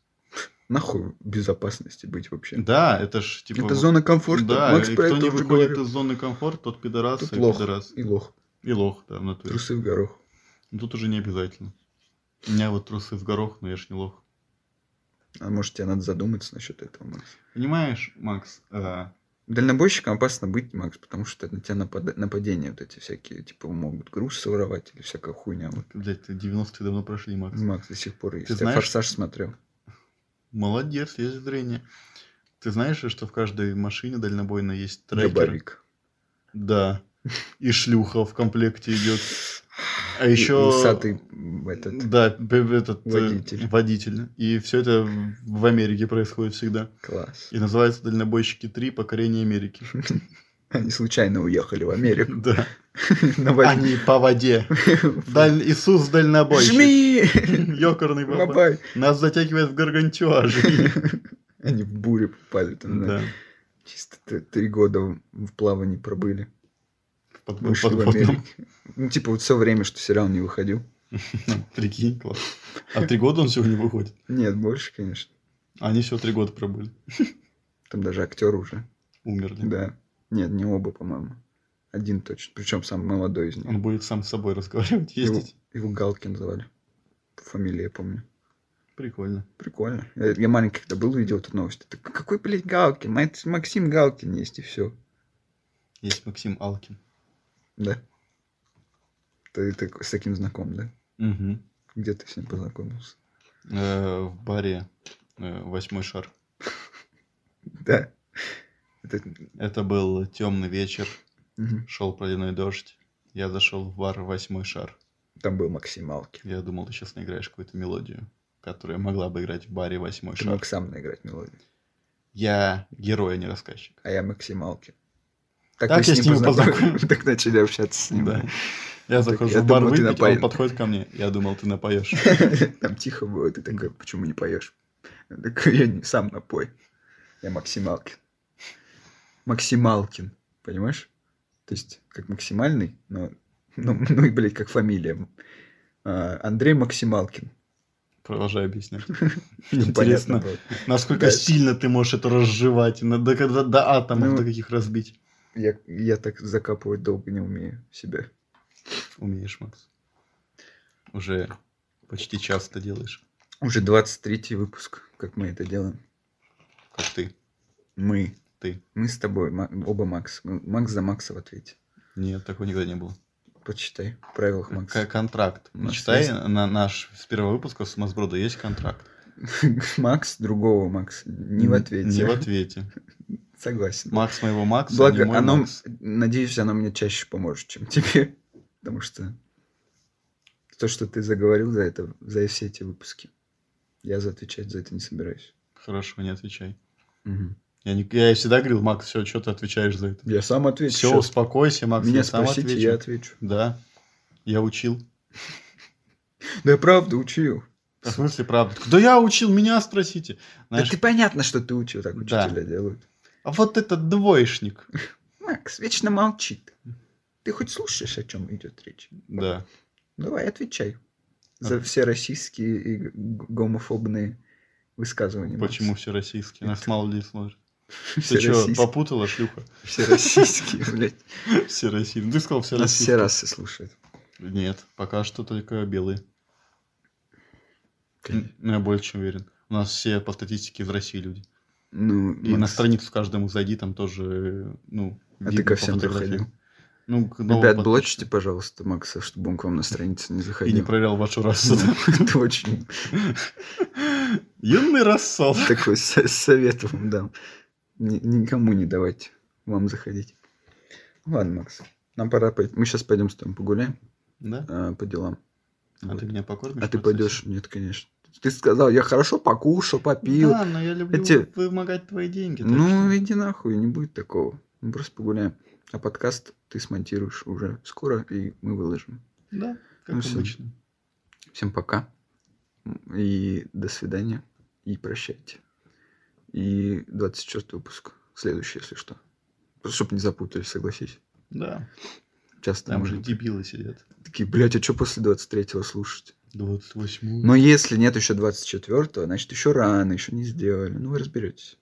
[SPEAKER 3] Нахуй безопасности быть вообще?
[SPEAKER 4] Да, это ж типа...
[SPEAKER 3] это
[SPEAKER 4] вот-
[SPEAKER 3] зона комфорта.
[SPEAKER 4] Да,
[SPEAKER 3] Макс
[SPEAKER 4] и
[SPEAKER 3] про
[SPEAKER 4] кто
[SPEAKER 3] это
[SPEAKER 4] не
[SPEAKER 3] уже
[SPEAKER 4] выходит
[SPEAKER 3] говорил.
[SPEAKER 4] из зоны комфорта, тот пидорас
[SPEAKER 3] Тут
[SPEAKER 4] и
[SPEAKER 3] лох.
[SPEAKER 4] пидорас.
[SPEAKER 3] И лох.
[SPEAKER 4] И лох, да, в натуре.
[SPEAKER 3] Трусы в горох.
[SPEAKER 4] Ну, Тут уже не обязательно. У меня вот трусы в горох, но я ж не лох.
[SPEAKER 3] А может, тебе надо задуматься насчет этого, Макс?
[SPEAKER 4] Понимаешь, Макс, а,
[SPEAKER 3] Дальнобойщиком опасно быть, Макс, потому что на тебя напад- нападения вот эти всякие, типа, могут груз своровать или всякая хуйня. Вот.
[SPEAKER 4] блядь, ты 90-е давно прошли, Макс.
[SPEAKER 3] Макс до сих пор есть. Я
[SPEAKER 4] знаешь-
[SPEAKER 3] «Форсаж» смотрел.
[SPEAKER 4] Молодец, есть зрение. Ты знаешь, что в каждой машине дальнобойной есть трекер?
[SPEAKER 3] Габарик.
[SPEAKER 4] Да. И шлюха в комплекте идет. А
[SPEAKER 3] И-
[SPEAKER 4] еще...
[SPEAKER 3] Усатый м, этот,
[SPEAKER 4] Да, б- б- этот э,
[SPEAKER 3] Водитель.
[SPEAKER 4] водитель. И все это в- в Америке происходит всегда.
[SPEAKER 3] класс.
[SPEAKER 4] И называется «Дальнобойщики 3. Покорение Америки».
[SPEAKER 3] Они случайно уехали в Америку.
[SPEAKER 4] Да.
[SPEAKER 3] На войне.
[SPEAKER 4] Они по воде. Даль- Иисус дальнобойщик.
[SPEAKER 3] Жми!
[SPEAKER 4] Ёкарный баба.
[SPEAKER 3] Бабай!
[SPEAKER 4] Нас затягивает в гаргантюа. жми.
[SPEAKER 3] Они в бурю попали там. да.
[SPEAKER 4] Да.
[SPEAKER 3] Чисто т- три года в в плавании пробыли.
[SPEAKER 4] Под-
[SPEAKER 3] Вышли в
[SPEAKER 4] подводном.
[SPEAKER 3] Америку. Ну, типа, вот все время, что сериал не выходил.
[SPEAKER 4] Ну, Прикинь, класс. А три года он всего не выходит.
[SPEAKER 3] Нет, больше, конечно.
[SPEAKER 4] Они всего три года пробыли.
[SPEAKER 3] Там даже актер уже.
[SPEAKER 4] Умерли.
[SPEAKER 3] Да. Нет, не оба, по-моему. Один точно. Причем самый молодой из них.
[SPEAKER 4] Он будет сам с собой разговаривать,
[SPEAKER 3] Его,
[SPEAKER 4] ездить.
[SPEAKER 3] его Галкин звали. Фамилия я помню.
[SPEAKER 4] Прикольно.
[SPEAKER 3] Прикольно. Я, я маленький когда был, видел эту новость. Так какой, блядь, Галкин? Ма- это Максим Галкин есть, и все.
[SPEAKER 4] Есть Максим Алкин.
[SPEAKER 3] Да. Ты, ты с таким знаком, да?
[SPEAKER 4] Мгм.
[SPEAKER 3] Где ты с ним познакомился?
[SPEAKER 4] Э, В баре э, «Восьмой шар».
[SPEAKER 3] Да. Это...
[SPEAKER 4] Это был темный вечер,
[SPEAKER 3] мгм.
[SPEAKER 4] шел проливной дождь. Я зашел в бар «Восьмой шар».
[SPEAKER 3] Там был Максим Галкин.
[SPEAKER 4] Я думал, ты сейчас наиграешь какую-то мелодию, которая могла бы играть в баре «Восьмой
[SPEAKER 3] Ты
[SPEAKER 4] шар».
[SPEAKER 3] мог сам наиграть мелодию.
[SPEAKER 4] Я герой, а не рассказчик.
[SPEAKER 3] А я Максим Галкин. Так,
[SPEAKER 4] Так
[SPEAKER 3] мы
[SPEAKER 4] я с ним и познакомился.
[SPEAKER 3] Так начали общаться с ним.
[SPEAKER 4] Да. Я захожу
[SPEAKER 3] я
[SPEAKER 4] в бар
[SPEAKER 3] думал, ты
[SPEAKER 4] выпить,
[SPEAKER 3] напоен.
[SPEAKER 4] он подходит ко мне. Я думал, ты напоешь.
[SPEAKER 3] Там тихо было, ты такой, почему не поешь? Я такой, я не сам напой. Я Максималкин. Максималкин, понимаешь? То есть, как максимальный, но... Ну, ну и, блядь, как фамилия. А, Андрей Максималкин.
[SPEAKER 4] Продолжаю объяснять.
[SPEAKER 3] Ну, понятно
[SPEAKER 4] Интересно,
[SPEAKER 3] было.
[SPEAKER 4] насколько
[SPEAKER 3] Да.
[SPEAKER 4] сильно ты можешь это разжевать, на- до, до, до атомов,
[SPEAKER 3] Ну.
[SPEAKER 4] до каких разбить.
[SPEAKER 3] Я, я так закапывать долго не умею себя.
[SPEAKER 4] Умеешь, Макс. Уже почти часто делаешь,
[SPEAKER 3] Уже 23 выпуск, как мы это делаем.
[SPEAKER 4] как ты.
[SPEAKER 3] Мы.
[SPEAKER 4] Ты.
[SPEAKER 3] Мы с тобой, Ма- оба Макс. Мы- Макс за Макса в ответе.
[SPEAKER 4] Нет, такого никогда не было.
[SPEAKER 3] Почитай в правилах
[SPEAKER 4] К-
[SPEAKER 3] Макса.
[SPEAKER 4] контракт.
[SPEAKER 3] У нас
[SPEAKER 4] Читай
[SPEAKER 3] есть-
[SPEAKER 4] на наш с первого выпуска с Масброда есть контракт.
[SPEAKER 3] Макс другого Макс. Не в ответе.
[SPEAKER 4] Не в ответе.
[SPEAKER 3] Согласен.
[SPEAKER 4] Макс моего Макса,
[SPEAKER 3] Благо, а ну.
[SPEAKER 4] не мой
[SPEAKER 3] оно,
[SPEAKER 4] Макс.
[SPEAKER 3] надеюсь, оно мне чаще поможет, чем тебе. Потому что то, что ты заговорил за это, за все эти выпуски, я за отвечать за это не собираюсь.
[SPEAKER 4] Хорошо, не отвечай. Я, не, я всегда говорил, Макс, все, что ты отвечаешь за это?
[SPEAKER 3] Я сам отвечу.
[SPEAKER 4] Все,
[SPEAKER 3] щас.
[SPEAKER 4] успокойся, Макс,
[SPEAKER 3] Меня
[SPEAKER 4] я сам
[SPEAKER 3] спросите,
[SPEAKER 4] отвечу.
[SPEAKER 3] я отвечу.
[SPEAKER 4] Да, я учил.
[SPEAKER 3] Да я правда учил.
[SPEAKER 4] В смысле, правда? Да я учил, меня спросите. Знаешь,
[SPEAKER 3] Да ты понятно, что ты учил, так
[SPEAKER 4] Да.
[SPEAKER 3] учителя делают.
[SPEAKER 4] а вот этот двоечник.
[SPEAKER 3] Макс вечно молчит. Ты хоть слушаешь, о чем идет речь?
[SPEAKER 4] Да.
[SPEAKER 3] Давай, отвечай. За
[SPEAKER 4] А-
[SPEAKER 3] все российские и г- гомофобные высказывания. Макс.
[SPEAKER 4] Почему все российские? Нас мало ли смотрят. Ты что,
[SPEAKER 3] Всероссийские.
[SPEAKER 4] попутала, шлюха?
[SPEAKER 3] Все российские, блядь.
[SPEAKER 4] Все российские. Ты сказал все
[SPEAKER 3] Нас все
[SPEAKER 4] российские.
[SPEAKER 3] расы слушают.
[SPEAKER 4] Нет, пока что только белые. Н- Ну, я больше чем уверен. У нас все по статистике из России люди.
[SPEAKER 3] Ну,
[SPEAKER 4] И
[SPEAKER 3] Макс,
[SPEAKER 4] на страницу каждому зайди, там тоже, э, ну,
[SPEAKER 3] А ты
[SPEAKER 4] видно
[SPEAKER 3] ко
[SPEAKER 4] по
[SPEAKER 3] всем
[SPEAKER 4] фотографиям.
[SPEAKER 3] заходил?
[SPEAKER 4] Ну, к новым
[SPEAKER 3] Ребят,
[SPEAKER 4] подписчикам.
[SPEAKER 3] блочите, пожалуйста, Макса, чтобы он к вам на странице не
[SPEAKER 4] И не
[SPEAKER 3] заходил.
[SPEAKER 4] проверял вашу расу.
[SPEAKER 3] Ну, Это очень
[SPEAKER 4] Юный рассол.
[SPEAKER 3] такой со- совет вам дам. Ни- Никому не давайте вам заходить. Ладно, Макс, нам пора пойти. Мы сейчас пойдем с тобой погуляем
[SPEAKER 4] Да?
[SPEAKER 3] а, по делам.
[SPEAKER 4] А
[SPEAKER 3] Вот.
[SPEAKER 4] ты меня покормишь?
[SPEAKER 3] А ты
[SPEAKER 4] процессе?
[SPEAKER 3] пойдешь? Нет, конечно. Ты сказал, я хорошо покушал, попил.
[SPEAKER 4] Да, но я люблю
[SPEAKER 3] Эти-
[SPEAKER 4] вымогать твои деньги. так
[SPEAKER 3] ну,
[SPEAKER 4] что-
[SPEAKER 3] иди нахуй, не будет такого. Мы просто погуляем. А подкаст ты смонтируешь уже скоро, и мы выложим.
[SPEAKER 4] да, как
[SPEAKER 3] ну всё.
[SPEAKER 4] обычно.
[SPEAKER 3] Всем пока. И до свидания. И прощайте. И 24 выпуск. Следующий, если что. Просто чтобы не запутались, согласись.
[SPEAKER 4] Да,
[SPEAKER 3] Часто
[SPEAKER 4] там же
[SPEAKER 3] может быть.
[SPEAKER 4] дебилы сидят.
[SPEAKER 3] Такие, блядь, а что после 23-го слушать?
[SPEAKER 4] 28
[SPEAKER 3] Но если нет еще 24-го, значит, еще рано, еще не сделали. Ну, вы разберетесь.